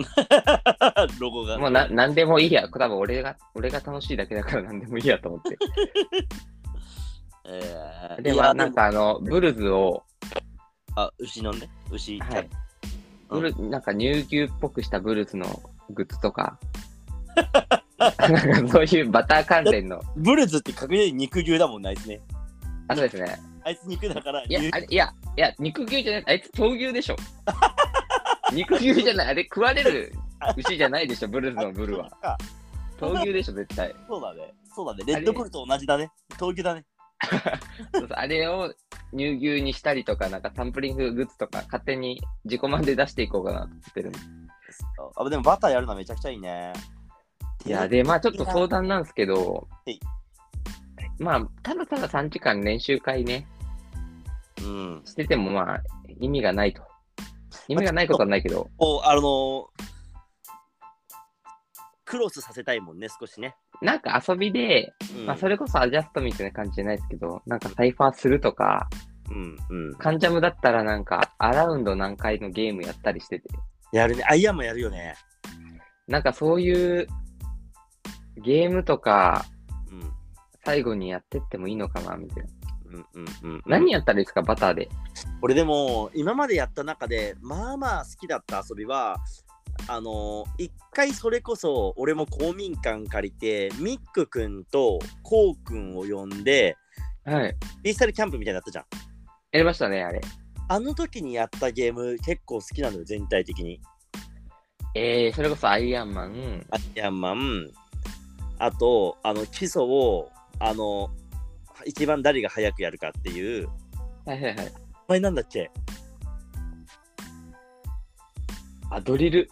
B: ロゴが。
A: もうな、なんでもいいや。多分俺が、俺が楽しいだけだからなんでもいいやと思って。
B: えー
A: で、
B: いや
A: まあ、なんかあの、ブルズを、
B: あ、牛のね、牛、
A: はい。ブルなんか乳牛っぽくしたブルズのグッズとか、なんかそういうバター関連の、
B: ブルズって確実に肉牛だもんね、あいつね。
A: あ、そうですね。
B: あいつ肉だから、
A: いや
B: 牛、
A: あれ、いや、いや、肉牛じゃない、あいつ闘牛で しょ。肉牛じゃない、あれ食われる牛じゃないでしょ、ブルズのブルは。
B: あ
A: 闘牛でしょ、絶対。
B: そうだね。そうだね。レッドブルと同じだね。闘牛だね。
A: そうそうあれを乳牛にしたりとか、なんかサンプリンググッズとか、勝手に自己満で出していこうかなと思ってるんで
B: あ、でもバターやるのはめちゃくちゃいいね。
A: いや、で、まあちょっと相談なんですけど
B: はい、
A: まあ、ただただ3時間練習会ね、
B: うん。
A: しててもまあ、意味がないと。意味がないことはないけど、
B: こう、あのークロスさせたいもんね、少しね。
A: なんか遊びで、
B: うん
A: まあそれこそアジャストみたいな感じじゃないですけど、なんかサイファーするとか、
B: うんうん。
A: カンジャムだったらなんかアラウンド何回のゲームやったりしてて、
B: やるね。アイアンもやるよね。
A: なんかそういうゲームとか、
B: うん。
A: 最後にやってってもいいのかなみたいな。
B: うんうんうん、
A: 何やったらいいですか、バターで。
B: 俺でも今までやった中でまあまあ好きだった遊びはあのー一回それこそ俺も公民館借りてミックくんとこうくんを呼んで
A: はい。
B: フリースタイルキャンプみたいになのやったじゃん
A: やりましたね、あれ。
B: あの時にやったゲーム結構好きなのよ全体的に
A: えー、それこそアイアンマン。
B: アイアンマンあとあの基礎をあの一番誰が早くやるかっていう
A: はいはいはい。
B: お前なんだっけ
A: あ、ドリル。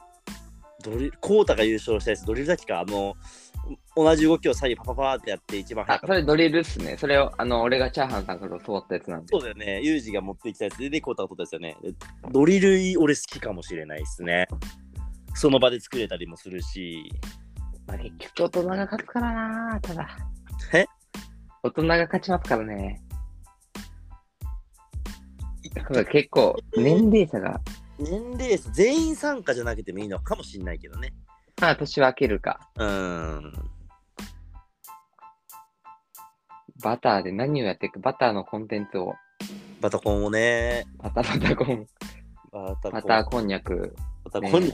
B: ドリコータが優勝したやつドリルだっけかあの同じ動きを左右パパパーってやって一番
A: あ
B: 早、
A: そ
B: かった
A: れドリルっすね。それを、あの、俺がチャーハンさんから教わったやつなんで。
B: そうだよねユージが持ってきたやつででコータが取ったやつだよねでドリル俺好きかもしれないですねその場で作れたりもするし
A: まあ、結局大人が勝つからなただ。
B: え
A: 大人が勝ちますからね。だから結構、年齢差が、
B: 年齢差全員参加じゃなくてもいいのかもしれないけどね
A: まあ、年分けるか。
B: うーん
A: バターで何をやっていくバターのコンテンツを、
B: バタコンをね
A: バタバタコン、
B: バタコン
A: バターこんにゃく。
B: バタ
A: ね
B: コン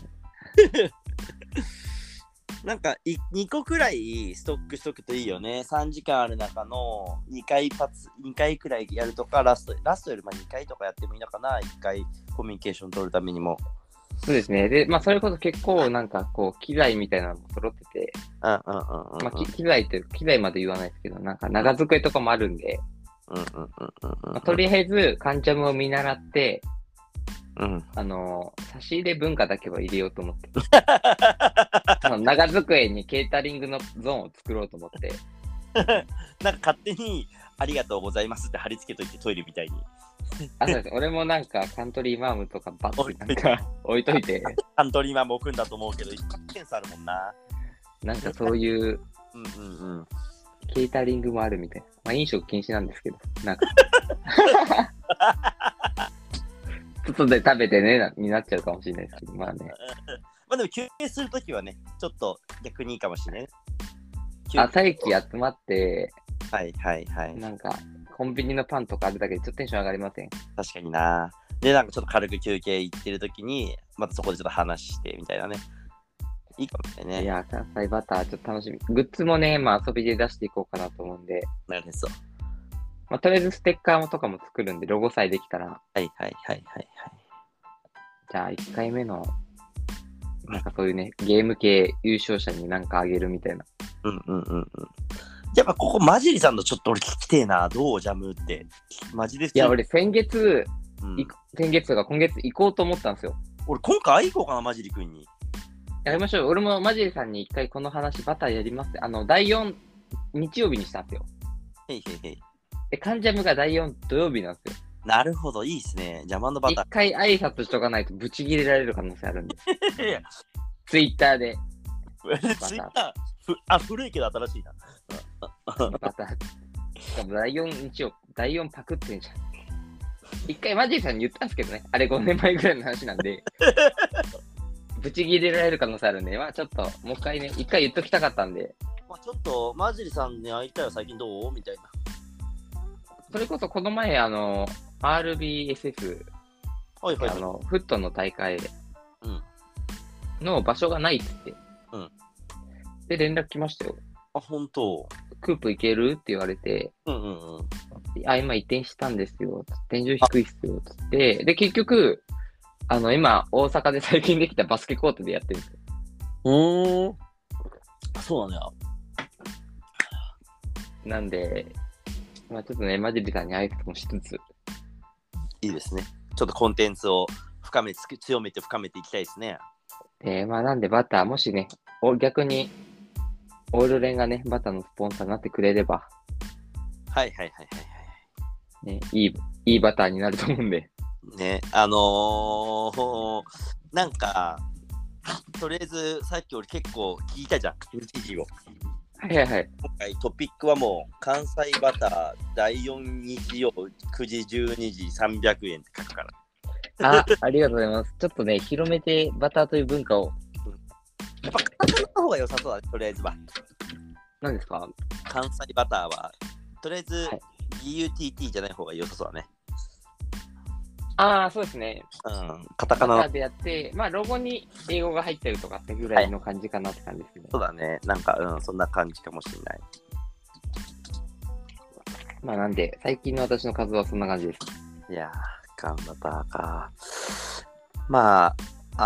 B: なんかい2個くらいストックしとくといいよね。3時間ある中の2回パツ、2回くらいやるとか、ラスト、ラストよりまあ2回とかやってもいいのかな。1回コミュニケーション取るためにも。
A: そうですね。で、まあ、それこそ結構、なんか、こう、機材みたいなのも揃ってて、
B: うんうんうんうんうん。
A: まあ、き機材って、機材まで言わないですけど、なんか、長机とかもあるんで、
B: うんうんうんうん
A: まあとりあえず、カンチャムを見習って、
B: うん。 うん。
A: あのー差し入れ文化だけは入れようと思って、あの長机にケータリングのゾーンを作ろうと思って、
B: なんか勝手にありがとうございますって貼り付けといてトイレみたいに。
A: あ、そうです。俺もなんか、カントリーマームとかバッてなんか置いといて、
B: カントリーマンも置くんだと思うけど、一発センスあるもんな。
A: なんかそういう
B: うんうんうん。
A: ケータリングもあるみたいな。まあ、飲食禁止なんですけど、なんか。外で食べてねな、になっちゃうかもしれないですけど、まあね。
B: まあでも休憩するときはね、ちょっと逆にいいかもしれない。
A: 朝一集まって、
B: はいはいはい。
A: なんか、コンビニのパンとかあるだけでちょっとテンション上がりません
B: 確かにな。で、なんかちょっと軽く休憩行ってる時に、またそこでちょっと話してみたいなね。いいかもしれない
A: い
B: ね。
A: や、関西バター、ちょっと楽しみ。グッズもね、まあ遊びで出していこうかなと思うんで、
B: なるへそ。
A: まあとりあえずステッカーもとかも作るんで、ロゴさえできたら、
B: はいはいはいはいはい。
A: じゃあ1回目の、なんかそういうね、ゲーム系優勝者になんかあげるみたいな。
B: うんうんうんうん。やっぱここマジリさんのちょっと俺聞きてえな。どうジャムって。マジで普通に
A: いや、、俺先月、
B: うん
A: い先月とか今月行こうと思ったんですよ。
B: 俺今回行こうかな、マジリ君に。
A: やりましょう。俺もマジでさんに一回この話バターやりますって。あの、第4、日曜日にしたんですよ。
B: へいへいへい。
A: で、関ジャムが第4土曜日なんですよ。
B: なるほど、いいですね。ジャムバ
A: 一
B: タ
A: 回挨拶しとかないとブチギレられる可能性あるんで。
B: ー。いや、
A: ツイッターで
B: ツイッター、ふあ、古いけど新しいな。
A: バター。しかも第4日曜、第4パクってんじゃん。一回マジでさんに言ったんですけどね。あれ5年前ぐらいの話な んで。ブチギレられる可能性あるんで、まあちょっと、もう一回ね、一回言っときたかったんで。
B: まあ、ちょっと、マジリさんに会いたいよ、最近どうみたいな。
A: それこそこの前、あの、RBSF
B: はいはい
A: あ
B: はい。
A: の、フットの大会
B: うん
A: の場所がないっつって。
B: うん
A: で、連絡来ましたよ。
B: あ、本当。
A: クープ行けるって言われて、
B: うんうんうん。
A: あ、今移転したんですよ。天井低いっすよ。つって、で、結局、あの、今、大阪で最近できたバスケコートでやってるんですよ。
B: うん。そうなんだよ。
A: なんで、まあちょっとね、マジリさんに挨拶もしつつ、
B: いいですね。ちょっとコンテンツを深めつく、強めて深めていきたいですね。
A: えー、まあなんでバター、もしね、お逆に、オールレンがね、バターのスポンサーになってくれれば、
B: はいはいはいは
A: ね、いい、いいバターになると思うんで。
B: いはい。ね、あのー、なんか、とりあえずさっき俺結構聞いたじゃん、日時を。
A: はいはいはい。
B: 今回トピックはもう、関西バター第4日曜9時12時300円って書くから。
A: あ、ありがとうございます。ちょっとね、広めてバターという文化を。
B: やっぱ関西バターの方が良さそうだね、とりあえずは。
A: 何ですか
B: 関西バターは、とりあえず
A: はい
B: BUTT じゃない方が良さそうだね。
A: ああ、そうですね。
B: うん、カタ
A: バ
B: カ
A: タ
B: ナの
A: ーでやって、まあ、ロゴに英語が入ってるとかってぐらいの感じかなって感じですね。
B: そうだね。なんか、うん、そんな感じかもしれない。
A: まあ、なんで、最近の私の活動はそんな感じです。
B: いやー、ガンバターか。まあ、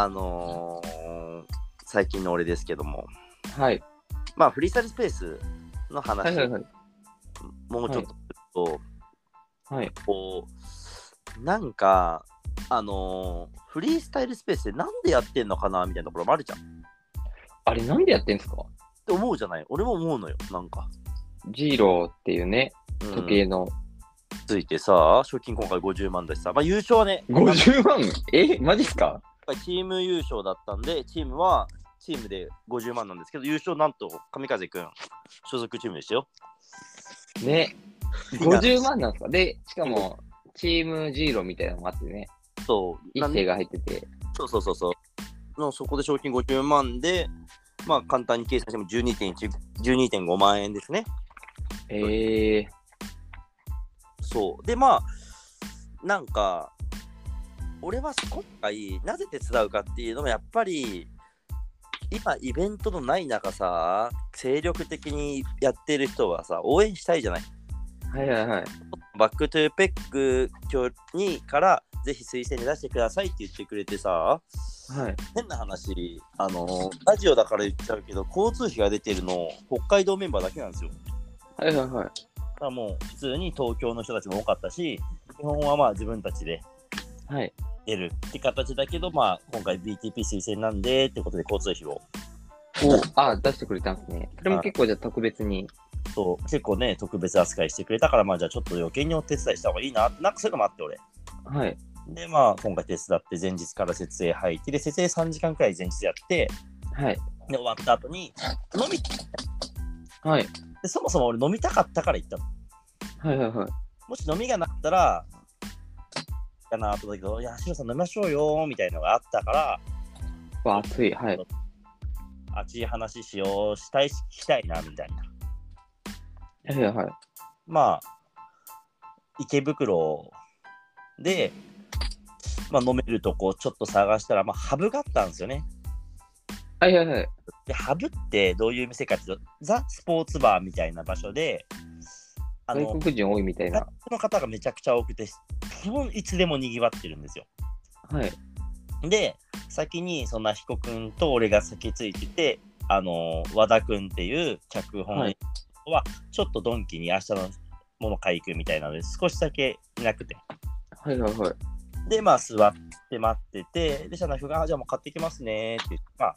B: あのー最近の俺ですけども、
A: はい。
B: まあ、フリースタイルスペースの話、
A: はいはいはい。
B: もうちょっとすると、
A: はい。
B: こう、なんか、あのーフリースタイルスペースでなんでやってんのかなみたいなところもあるじゃん。っ
A: あれ、なんでやってんすか
B: て思うじゃない俺も思うのよ。なんか。
A: ジーローっていうね、
B: うん
A: 時計の。
B: ついてさ、賞金今回50万だしさ、まあ優勝はね、やっ
A: 50万えマジっすか
B: ぱりチーム優勝だったんで、チームはチームで50万なんですけど、優勝なんと神風くん、所属チームでしたよ。
A: ね。
B: いや
A: 50万なんですかで、しかも、チームジーロみたいなのもあってね、
B: そう、
A: 一
B: なん
A: 世が入ってて。
B: そうそうそうそう。のそこで賞金50万で、まあ簡単に計算しても12.1 12.5万円ですね。
A: ええ
B: そう。で、まあ、なんか、俺は今回、なぜ手伝うかっていうのも、やっぱり、今、イベントのない中さ、精力的にやってる人はさ、応援したいじゃない。
A: はいはいはい。
B: バックトゥーペック教にから、ぜひ推薦で出してくださいって言ってくれてさ、
A: はい。
B: 変な話、あのラジオだから言っちゃうけど、交通費が出てるの、北海道メンバーだけなんですよ。
A: はいはいはい。
B: だからもう、普通に東京の人たちも多かったし、基本はまあ自分たちで
A: はい。
B: 出るって形だけど、まあ、今回 BTP 推薦なんでってことで交通費を
A: おあ、出してくれたんですね。それも結構じゃあ特別に。
B: そう結構ね特別扱いしてくれたからまあじゃあちょっと余計にお手伝いした方がいいなってなんかそういうのもあって俺
A: はい。
B: でまあ今回手伝って前日から設営入ってで設営3時間くらい前日やって
A: はい。
B: で終わった後に飲み
A: はい。
B: でそもそも俺飲みたかったから行ったの
A: はいはいはい。
B: もし飲みがなかったらかなと思ったけど「いやシロさん飲みましょうよ」みたいなのがあったから
A: わ、熱い。はい。
B: 熱い話しようしたいし聞きたいなみたいな
A: はいはいはい。
B: まあ、池袋で、まあ、飲めるとこちょっと探したら、まあ、ハブがあったんですよね。
A: はいはいはい。
B: で、ハブってどういう店かっていうと、ザ・スポーツバーみたいな場所で、あの
A: 外、国人多いみたいな
B: 外。国の方がめちゃくちゃ多くて、基本いつでも賑わってるんですよ。
A: はい。
B: で、先にそんな彦君と俺が先ついてて、あの、和田君っていう脚本
A: は、
B: はいちょっとドンキに明日のもの買い行くみたいなので、少しだけいなくて。
A: はいはいはい。
B: で、まあ、座って待ってて、で、社内夫が、あじゃあもう買ってきますねって言って、まあ、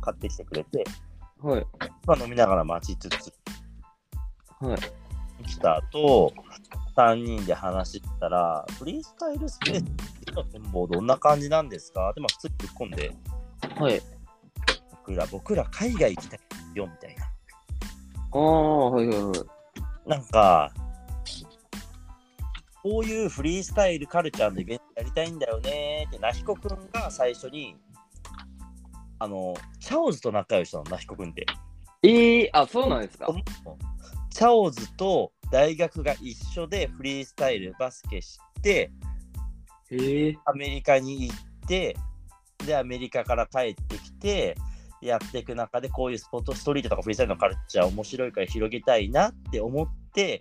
B: 買ってきてくれて、
A: はい。
B: まあ、飲みながら待ちつつ、
A: はい。
B: 来た後、3人で話したら、フリースタイルスペースの展望どんな感じなんですかで、まあ、普通にぶっ込んで、
A: はい。
B: 僕ら、僕ら海外行きたいよ、みたいな。
A: ああ、はいはいはい。
B: なんか、こういうフリースタイルカルチャーのイベントやりたいんだよねーって、なひこくんが最初に、あの、チャオズと仲良しなの、なひこくんって。
A: ええあ、そうなんですか。
B: チャオズと大学が一緒でフリースタイルバスケして
A: ええ
B: アメリカに行ってでアメリカから帰ってきてやっていく中でこういうスポットストリートとかフリースタイルのカルチャー面白いから広げたいなって思って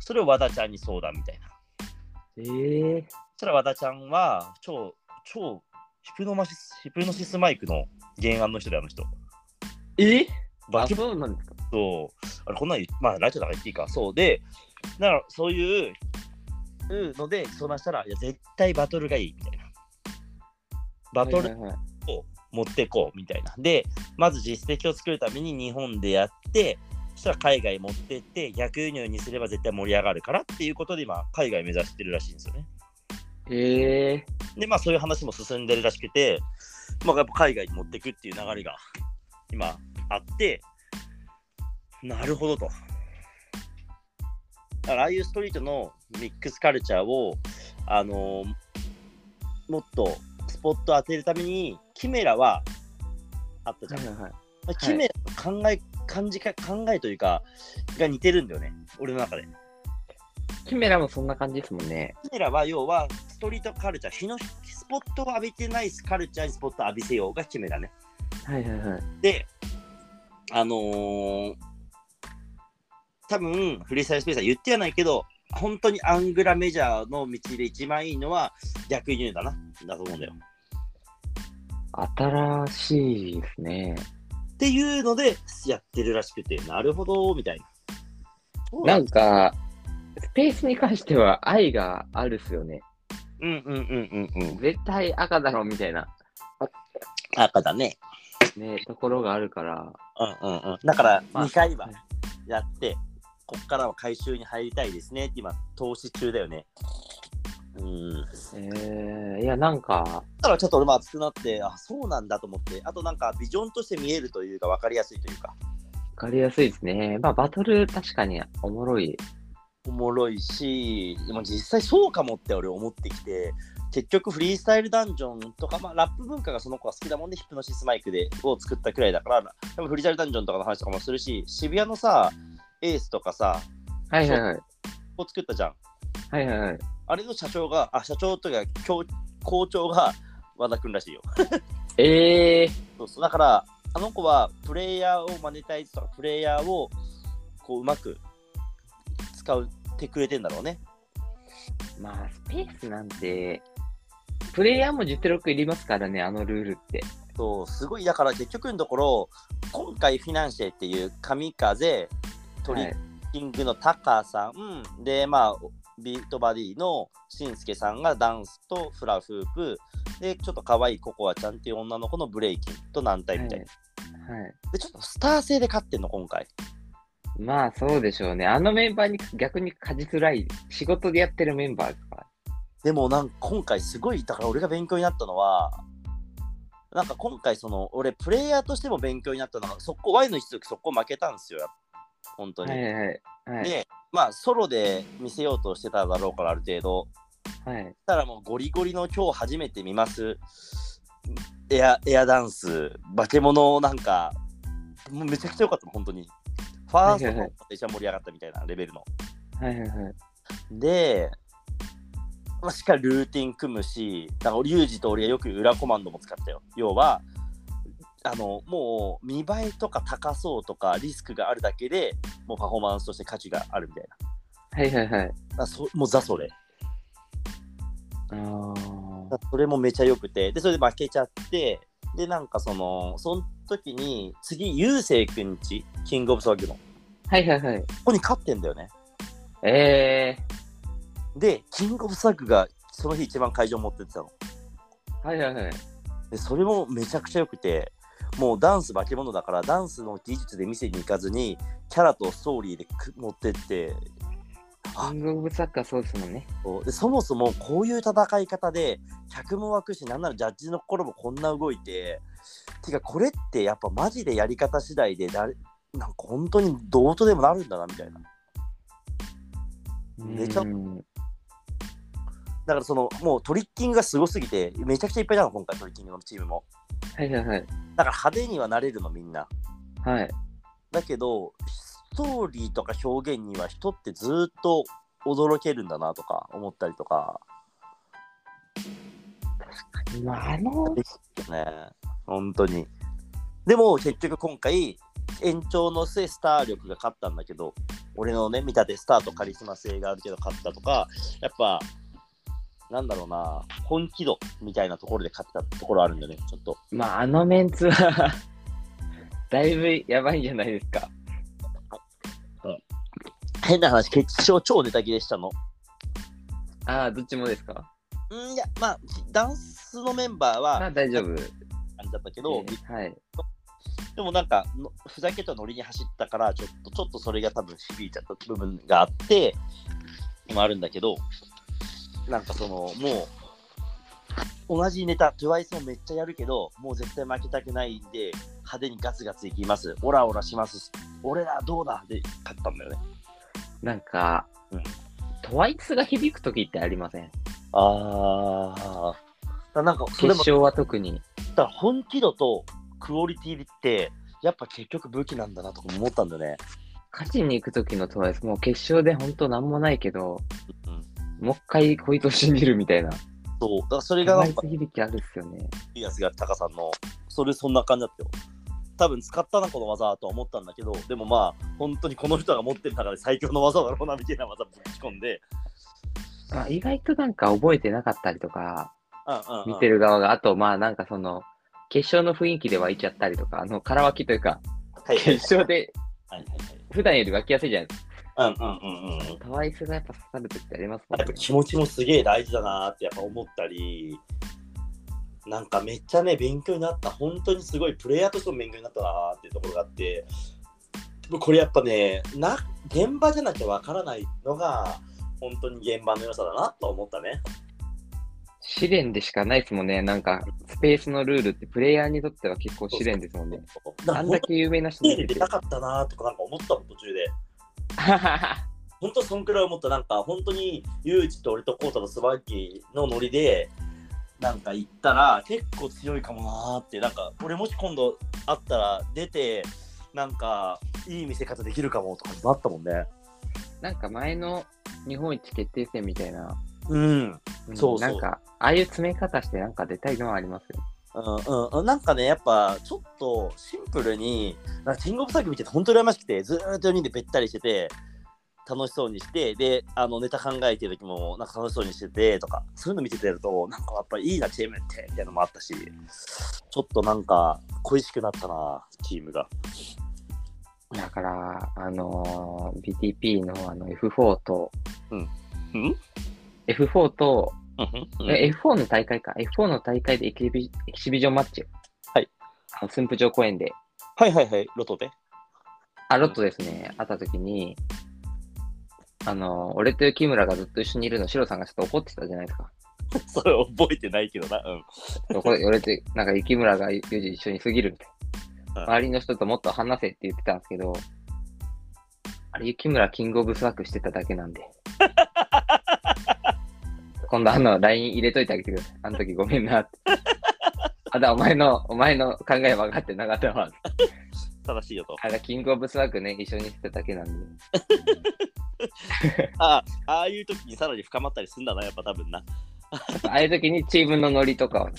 B: それを和田ちゃんに相談みたいな
A: ええ
B: そしたら和田ちゃんは超超ヒプノマシスヒプノシスマイクの原案の人であの人
A: え
B: バ
A: あ、
B: キ
A: そうなんですか。
B: そう、あれ、こんなん言う、まあ、ラジオだから言っていいか、そうで、だから、そういういうので、相談したら、いや、絶対バトルがいい、みたいな。バト
A: はい
B: ル
A: はいはい
B: を持ってこう、みたいな。で、まず実績を作るために日本でやって、そしたら海外持ってって、逆輸入にすれば絶対盛り上がるからっていうことで、今、海外目指してるらしいんですよね。
A: ええ
B: で、まあ、そういう話も進んでるらしくて、まあ、やっぱ海外に持ってくっていう流れが今あって、なるほどと。だから、ああいうストリートのミックスカルチャーを、あのーもっとスポットを当てるために、キメラはあったじゃん
A: はい。はいはい。
B: まあキメラの考え、感じか、考えというか、が似てるんだよね、俺の中で。
A: キメラもそんな感じですもんね。
B: キメラは要はストリートカルチャー、日のスポットを浴びてないカルチャーにスポットを浴びせようがキメラね。
A: はいはいはい。
B: で、あのー、多分フリースタイルスペースは言ってはないけど、本当にアングラメジャーの道で一番いいのは逆輸入だな、だと思うんだよ。
A: 新しいですね。
B: っていうのでやってるらしくて、なるほど、みたいな。そう
A: な
B: だ
A: んか、スペースに関しては愛があるっすよね。
B: うんうんうんうんうん。
A: 絶対赤だろみたいな、
B: 赤だね。
A: ね、ところがあるから。
B: うんうんうん。だから
A: まあ
B: 2回は
A: はい
B: やって、こっからは回収に入りたいですねって今、投資中だよね。うん。
A: えー、いや、なんか、
B: だからちょっと俺も熱くなって、あ、そうなんだと思って、あとなんかビジョンとして見えるというか、分かりやすいというか、
A: わかりやすいですね。まあ、バトル、確かにおもろい。
B: おもろいし、でも実際そうかもって俺思ってきて、結局フリースタイルダンジョンとか、まあ、ラップ文化がその子は好きだもんで、ヒプノシスマイクでを作ったくらいだから、でもフリースタイルダンジョンとかの話とかもするし、渋谷のさ、エースとかさ、
A: はいはいはい。
B: を作ったじゃん。
A: はいはいはい。
B: あれの社長が、あ、社長というか、教校長が和田くんらしいよ。
A: えー、
B: そうそうだからあの子はプレイヤーをマネタイズとかプレイヤーをこううまく使ってくれてんだろうね
A: まあ、スペースなんて、プレイヤーも実力いりますからね、あのルールって。
B: そうすごいだから結局のところ今回フィナンシェっていう神風トリ
A: はい
B: ッ、キングのタカさん、でまあビートバディのしんすけさんがダンスとフラフープでちょっと可愛いココアちゃんっていう女の子のブレイキンと軟体みたいな、
A: はいはい。
B: でちょっとスター性で勝ってんの今回
A: まあ、そうでしょうね。あのメンバーに逆に勝ちづらい、仕事でやってるメンバーですから。
B: でもなんか今回すごいだから俺が勉強になったのはなんか今回その俺プレイヤーとしても勉強になったのがそこ Y の一族そこ負けたんですよやっぱ本当に、
A: はいはいはい。はい。
B: でまあソロで見せようとしてただろうからある程度
A: はい、
B: そしたらもうゴリゴリの今日初めて見ますエアエアダンス化け物なんかもうめちゃくちゃ良かったの本当にファーストの方が一番盛り上がったみたいなレベルの
A: はいはいはい。
B: で、まあ、しっかりルーティン組むし、だからリュウジと俺がよく裏コマンドも使ったよ。要は、あのもう見栄えとか高そうとかリスクがあるだけでもうパフォーマンスとして価値があるみたいな。
A: はいはいはい。
B: だからそもうザそれ。だ
A: あー
B: からそれもめちゃよくて、で、それで負けちゃって、で、なんかその、その時に次、ゆうせいくんち、キングオブソワギの、こ
A: はいはいはい。
B: こに勝ってんだよね。
A: え
B: で、キングオブソワギがその日一番会場持ってってたの。
A: ー、はいはいはい。
B: でそれもめちゃくちゃ良くてもうダンス化け物だからダンスの技術で店に行かずにキャラとストーリーでく持ってってあ
A: キングオブサッカーそうですもんね。
B: こうでそもそもこういう戦い方で客も湧くしなんならジャッジの心もこんな動いててかこれってやっぱマジでやり方次第で誰なんか本当にどうとでもなるんだなみたいなめちゃ
A: うん
B: だからそのもうトリッキングがすごすぎてめちゃくちゃいっぱいなの今回トリッキングのチームも
A: はいはいはい。
B: だから派手にはなれるのみんな
A: はい。
B: だけどストーリーとか表現には人ってずっと驚けるんだなとか思ったりとか
A: まあ、あの、
B: ね本当にでも結局今回延長の末スター力が勝ったんだけど俺のね見たてスターとカリスマ性があるけど勝ったとかやっぱなんだろうな本気度みたいなところで勝ったところあるんだよねちょっと
A: まあ、あのメンツは、 だいぶやばいんじゃないですか。
B: 変な話決勝超ネタ切れしたの
A: ああ、どっちもですか
B: うんいやまあダンスのメンバー
A: あ
B: は
A: あ大丈夫。
B: 感じだったけど、
A: えーはい。
B: でもなんかのふざけたノリに走ったからちょっとちょっとそれが多分響いちゃった部分があってもあるんだけどなんかそのもう同じネタ TWICE もめっちゃやるけどもう絶対負けたくないんで派手にガツガツいきますオラオラします俺らどうだで勝ったんだよね
A: なんか、
B: うん
A: トワイスが響くときってありません。
B: ああなんかそ
A: 決
B: れも
A: 勝は特に。
B: だから本気度とクオリティってやっぱ結局武器なんだなとか思ったんだよね
A: 勝ちに行くときのトワイス、もう決勝で本当なんもないけど、もう一回恋と信じるみたいな。
B: そう。だからそれが
A: 高
B: なん
A: い
B: か、
A: 響きあるっすよね。
B: いいやつが高さんの、それそんな感じだったよ。多分使ったな、この技とは思ったんだけど、でもまあ、本当にこの人が持ってる中で最強の技だろうな、みたいな技ぶち込んで、
A: まあ、意外となんか覚えてなかったりとか、
B: うんうん、
A: 見て
B: る。
A: る側が、あとまあなんかその、決勝の雰囲気で湧いちゃったりとか、あの、空湧きというか、
B: はいはい
A: 決勝で
B: はい
A: 普段より湧きやすいじゃないです
B: はい。うんうんうんうん。
A: か。かわいさがやっぱ刺さる時ってありますもん
B: やっぱ気持ちもすげえ大事だなってやっぱ思ったり、なんかめっちゃね、勉強になった、本当にすごいプレイヤーとしても勉強になったなっていうところがあって、でもこれやっぱね、な現場じゃなきゃわからないのが、本当に現場の良さだなと思ったね。
A: 試練でしかないですもんね。なんか、スペースのルールってプレイヤーにとっては結構試練ですもんね。あんだけ有名な人
B: テレ
A: 出
B: ビ出
A: てて
B: な。かったなとかなんか思ったもん途中で。
A: は
B: 本当そんくらい思ったなんか本当にユージと俺とコウタとスバッキーのノリでなんか行ったら結構強いかもなーってなんか俺もし今度会ったら出てなんかいい見せ方できるかもとかもあったもんね。
A: なんか前の日本一決定戦みたいな、
B: うん。
A: ん
B: そうそう
A: なんか、ああいう詰め方してなんか出たいのはありますよ。
B: うんうん、なんかね、やっぱちょっとシンプルに、なんかキングオブサキ見てて本当に羨ましくて、ずーっと4人でべったりしてて、楽しそうにして、で、あのネタ考えてる時も、なんか楽しそうにしててとか、そういうの見ててると、なんかやっぱいいな、チームって、みたいなのもあったし、ちょっとなんか恋しくなったな、チームが。
A: だから、あのー BTP のあの F4 と、
B: うん
A: F4 と、
B: うん
A: え F4 の大会か。F4 の大会でエキビエキシビジョンマッチ。
B: はい。
A: あの駿府城公園で、
B: はいはいはい、ロトで。
A: あ、ロットですね、会った時に、あのー俺と木村がずっと一緒にいるの、シロさんがちょっと怒ってたじゃないですか。
B: それ覚えてないけどな。うん。
A: これ、俺って、なんか、雪村がユージ一緒に過ぎるみたいな。
B: うん
A: 周りの人ともっと話せって言ってたんですけど、あれ、雪村キングオブスワークしてただけ なんで。今度、あの、LINE 入れといてあげてください。あの時ごめんなって。あだ、お前の、お前の考え分かってなかったわ。
B: 正しいよと。
A: あれ、キングオブスワークね、一緒にしてただけなんで。
B: ああ、ああいう時にさらに深まったりすんだな、やっぱ多分な。
A: ああいう時にチームのノリとかを
B: う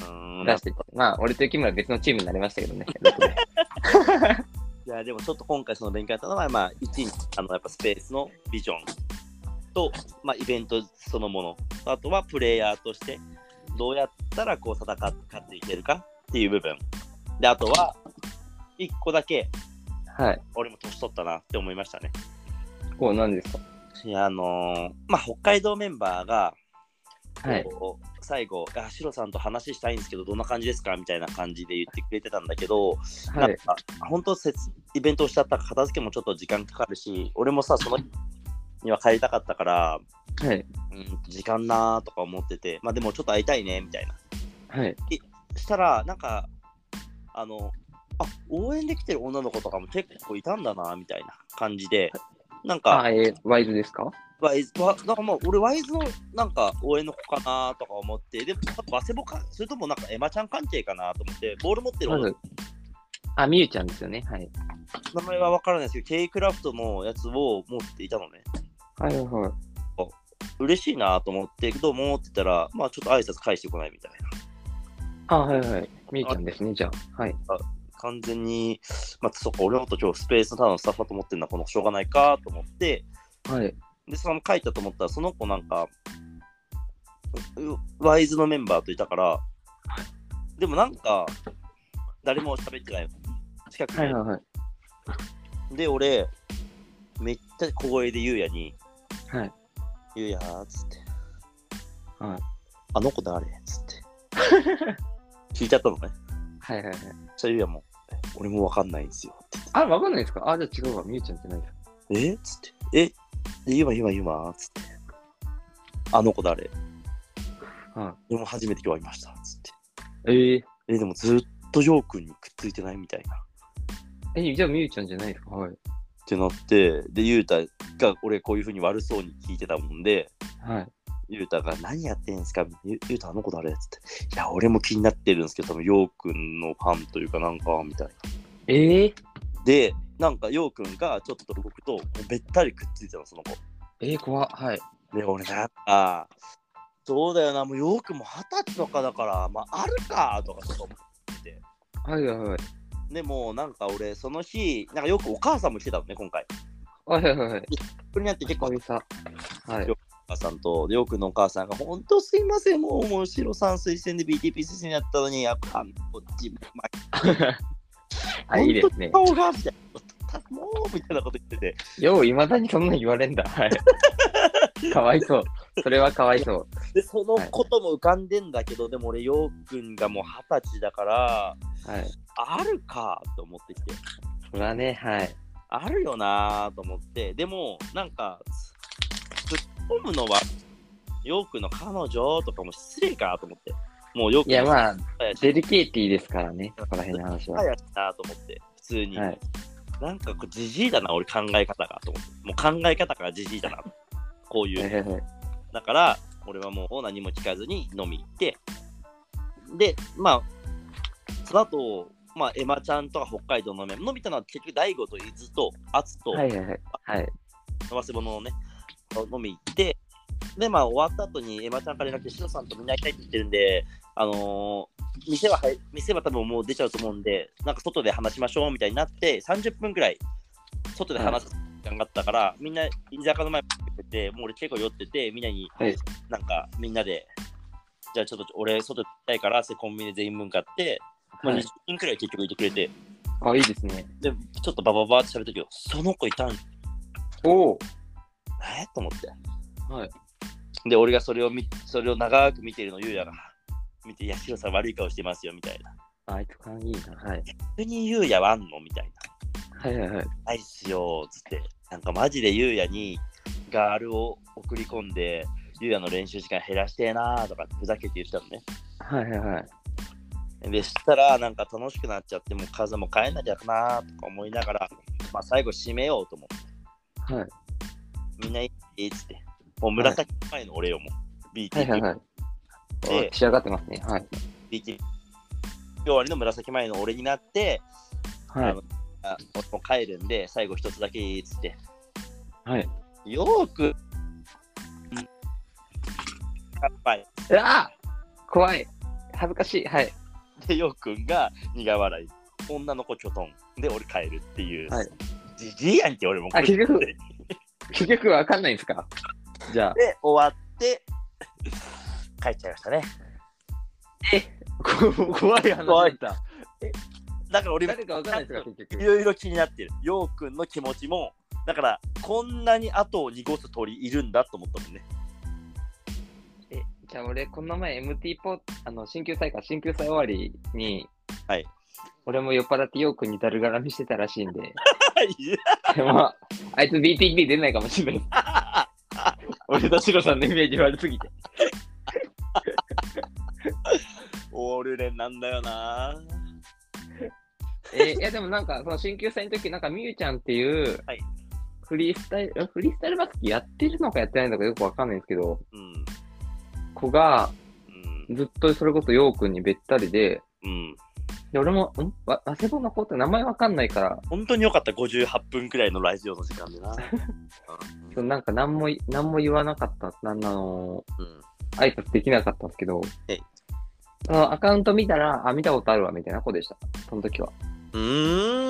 B: ーん。
A: 出して、まあ、俺と雪村は別のチームになりましたけど ね。ロットで
B: いや、でもちょっと今回その勉強やったのは、まあ、一日、あの、やっぱスペースのビジョンと、まあ、イベントそのもの、あとはプレイヤーとして、どうやったらこう戦っていけるかっていう部分。で、あとは、一個だけ、
A: はい。
B: 俺も年取ったなって思いましたね。
A: こう、なんですか
B: いや、あのーまあ、北海道メンバーが、
A: はい。
B: こう最後、あ、シロさんと話したいんですけど、どんな感じですかみたいな感じで言ってくれてたんだけど、
A: は
B: なん
A: い。
B: か本当せつイベントをしちゃったら片付けもちょっと時間かかるし俺もさその日には帰りたかったから、
A: はい。
B: うん、時間なーとか思っててまあでもちょっと会いたいねみたいな
A: はい。
B: したらなんかあのあ応援できてる女の子とかも結構いたんだなみたいな感じでなんか
A: あ、えーワイズですか
B: ワイズわなんかまあ俺ワイズのなんか応援の子かなとか思ってでもバセボかそれともなんかエマちゃん関係かなと思ってボール持ってる
A: ま
B: 女の子
A: ず、あ、みゆちゃんですよね。はい。
B: 名前は分からないですけど、K クラフトのやつを持っていたのね。
A: はいは
B: 嬉しいなと思って、どうもって言ったら、まあちょっと挨拶返してこないみたいな。
A: い。あ、はいはい。みゆちゃんですね、じゃあ。はい。
B: 完全に、まあ、そっか、俺のこと今日スペースのただのスタッフだと思ってるのは、このしょうがないかと思って、
A: はい。
B: で、そのまま書いたと思ったら、その子なんか、うワイズのメンバーといたから、でもなんか、誰も喋ってないの。近くに
A: はいはいはい。
B: で、俺、めっちゃ小声でゆうやに、
A: はい。
B: ゆうやーっつって、
A: はい。
B: あの子誰っつって。聞いちゃったのね。
A: はいはいはい。
B: そしたらゆうやも、え俺もわかんないんですよ。
A: あ、わかんないですかあ、じゃあ違うわ。みゆちゃんじゃないですか。
B: えっつって。えで、ゆまゆまゆまっつって。あの子誰
A: は
B: 俺も初めて今日会いました。つって。
A: い。えー、
B: え、でもずっとジョー君にくっついてないみたいな。っ
A: え、じゃあみゆちゃんじゃないですかはい。
B: てなって、で、ゆうたが俺こういうふうに悪そうに聞いてたもんで、
A: はい。
B: ゆうたが何やってんすかゆゆうたあの子誰つって。いや、俺も気になってるんですけど、多分ヨウ君のファンというかなんか、みたいな。
A: えー、
B: で、なんか、ようくんがちょっと動くと、もうべったりくっついてたの、その子。
A: えー、怖っはい。
B: で、俺なんか、そうだよな、もうよくも二十歳とかだから、まあ、あるかとかちょっと思ってて。
A: はいはいはい。
B: でも、なんか俺、その日、なんかよくお母さんも来てたのね、今回。
A: はいはいはい。
B: これになって結構、
A: 久
B: お
A: 々。はい。
B: 母さんと、でよくのお母さんが、本当すいません、もう、もう、白さん推薦で BTP 推薦やったのに、やっぱ、こっち、まあ、
A: あ、いいですね。
B: 本当に顔が、みたいな。もう、みたいなこと言ってて。
A: よう、いまだにそんなの言われんだ。はい。 かわいそう。それはかわいそう。
B: で、そのことも浮かんでんだけど、でも俺、ようくんがもう二十歳だから、
A: はい。
B: あるかと思ってきて。
A: それはね、はい。
B: あるよなぁと思って、でも、なんか、突っ込むのは、ヨークの彼女とかも失礼かと思って、もうヨーク
A: いや、
B: あ、
A: まあ、
B: やし
A: デリケーティーですからね、そこら辺の話は。
B: やなと思って、普通に。
A: はい
B: なんかこう、じじいだな、俺考え方がと思って、もう考え方がじじいだな、こうい
A: は
B: う。
A: いはいはい。
B: だから、俺はもう何も聞かずに飲み行って、で、まあ、その後、まあ、エマちゃんとか北海道の飲み、飲みたのは結局、大悟と伊豆と、アツと、
A: はいはいはい。はい。
B: 飲ませ物をね、飲み行って、で、まあ、終わった後に、エマちゃんから連絡して、シロさんとみんな行きたいって言ってるんで、あのー店は入、店は多分もう出ちゃうと思うんで、なんか外で話しましょうみたいになって、30分くらい、外で話す時間があったから、みんな、居酒屋の前に来てて、もう俺結構酔ってて、みんなに、
A: はい
B: なんか、みんなで、じゃあちょっと俺、外行きたいから、ってコンビニで全員分買って、まあ、20
A: はい
B: 人くらい結局いてくれて、
A: あ、いいですね。
B: で、ちょっとバババーって喋ったけど、その子いたんじ
A: おお。
B: ゃないと思って。
A: はい。
B: で、俺がそれを見それを長く見てるのを言うやが、見て、いや、シロさん悪い顔してますよ、みたいな。
A: あいつ感いいな。はい。
B: 普通にゆうやはあんのみたいな。
A: はいはいはい。
B: ないっすよ、つって。なんかマジでゆうやにガールを送り込んで、ゆうやの練習時間減らしてえなーとかふざけて言ってたのね。
A: はいはいはい。
B: で、したら、なんか楽しくなっちゃって、もう数も変えなきゃなーとか思いながら、まあ最後締めようと思って。
A: はい。
B: みんないいっつって。もう紫前の俺をもう、
A: はいはい
B: BTP
A: はい。
B: で
A: お仕上がってますね。はい。
B: BT 終わりの紫前の俺になって、
A: はい
B: あ。のあ俺もう帰るんで、最後一つだけいいっつって。
A: はい。
B: よーく。乾杯。
A: うわあ怖い。恥ずかしい。はい。
B: で、よーくんが苦笑い。女の子きょとん。で、俺帰るっていう。
A: はい
B: じじいやんけ、俺も。
A: あ結局
B: で、
A: 結局わかんないんですかじゃあ。
B: 終わって、帰っちゃいましたね。
A: こ怖い話
B: 怖
A: だ
B: い
A: った。
B: だから俺も
A: 誰かわかんないですか結
B: い
A: 局。
B: ろいろ気になってる。よーくんの気持ちも、だから、こんなに後を濁す鳥いるんだと思ったもんね。
A: えじゃあ俺、この前 MT ポあの、新旧祭か、新旧祭終わりに、
B: はい。
A: 俺も酔っ払ってよくにだるがらみしてたらしいんで、
B: はい。
A: でも、あいつ BTP 出ないかもしれない。 俺とシロさんのイメージ悪すぎて。
B: オールレンなんだよなぁ。
A: えいや、でもなんか、その新旧祭の時、なんか、みゆちゃんっていう、
B: はい
A: フリースタイル、んフリースタイルバスケやってるのかやってないのかよくわかんないんですけど、
B: うん。
A: 子が、
B: うん。
A: ずっとそれこそようくんにべったりで、
B: うん。
A: で、俺も、んわ、ワセボの子って名前わかんないから、
B: 本当によかった、58分くらいのラジオの時間でな。
A: そうなんか何もい、何も言わなかった、なんあの
B: うん。
A: 挨拶できなかったんですけど
B: えい、
A: そのアカウント見たら、あ、見たことあるわ、みたいな子でした。その時は。
B: うー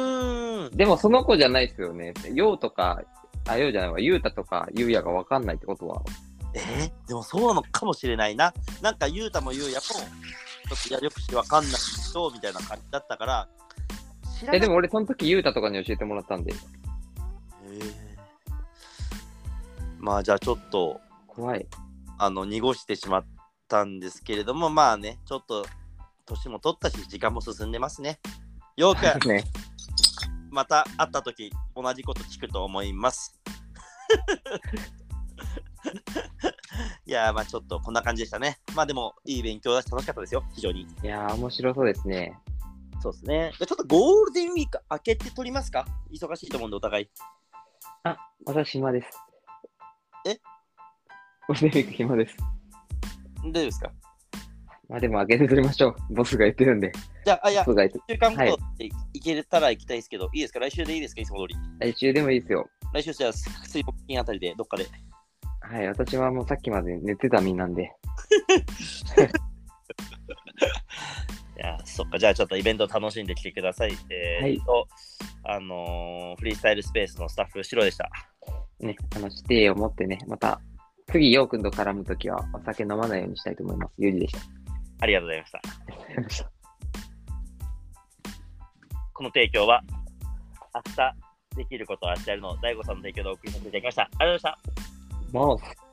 B: ん。
A: でもその子じゃないですよね。ようとか、あ、ようじゃないわ、ゆうたとかゆうやがわかんないってことは。
B: えーでもそうなのかもしれないな。なんか、ゆうたもゆうやも、ちょっとやりよくしてわかんない人みたいな感じだったから、知らな
A: え、
B: い。
A: でも俺その時ゆうたとかに教えてもらったんで、
B: えーまあ、じゃあちょっと、
A: 怖い。
B: あの、濁してしまったんですけれども、まあね、ちょっと、年も取ったし、時間も進んでますね。ようくん、
A: ね。
B: また会った時同じこと聞くと思います。 いやーまあちょっとこんな感じでしたね。まあでもいい勉強だし楽しかったですよ、非常に。
A: いやー、面白そうですね。
B: そうですね。ちょっとゴールデンウィーク明けて撮りますか忙しいと思うんでお互い。
A: 私暇です。
B: え
A: ゴールデンウィーク暇です。
B: 大丈夫ですか
A: まあでも開けて取りましょう。ボスが言ってるんで。
B: じゃあ、あいや
A: ボ、スが言って、
B: 週間後
A: はい
B: っていけたら行きたいですけど、いいですか来週でいいですかいつも通り。
A: 来週でもいいですよ。
B: 来週じゃあ水木金あたりでどっかで。
A: はい、私はもうさっきまで寝てた身なんで。
B: いや、そっか、じゃあちょっとイベント楽しんできてください。えーっと、あのーフリースタイルスペースのスタッフ、シロでした。
A: ね、あの、指定を持ってね、また、次、ヨウくんと絡むときは、お酒飲まないようにしたいと思います。ゆうじでした。
B: ありがとうございました。この提供は、明日できることを明日やるの、大悟さんの提供でお送りさせていただきました。ありがとうございました。
A: モース。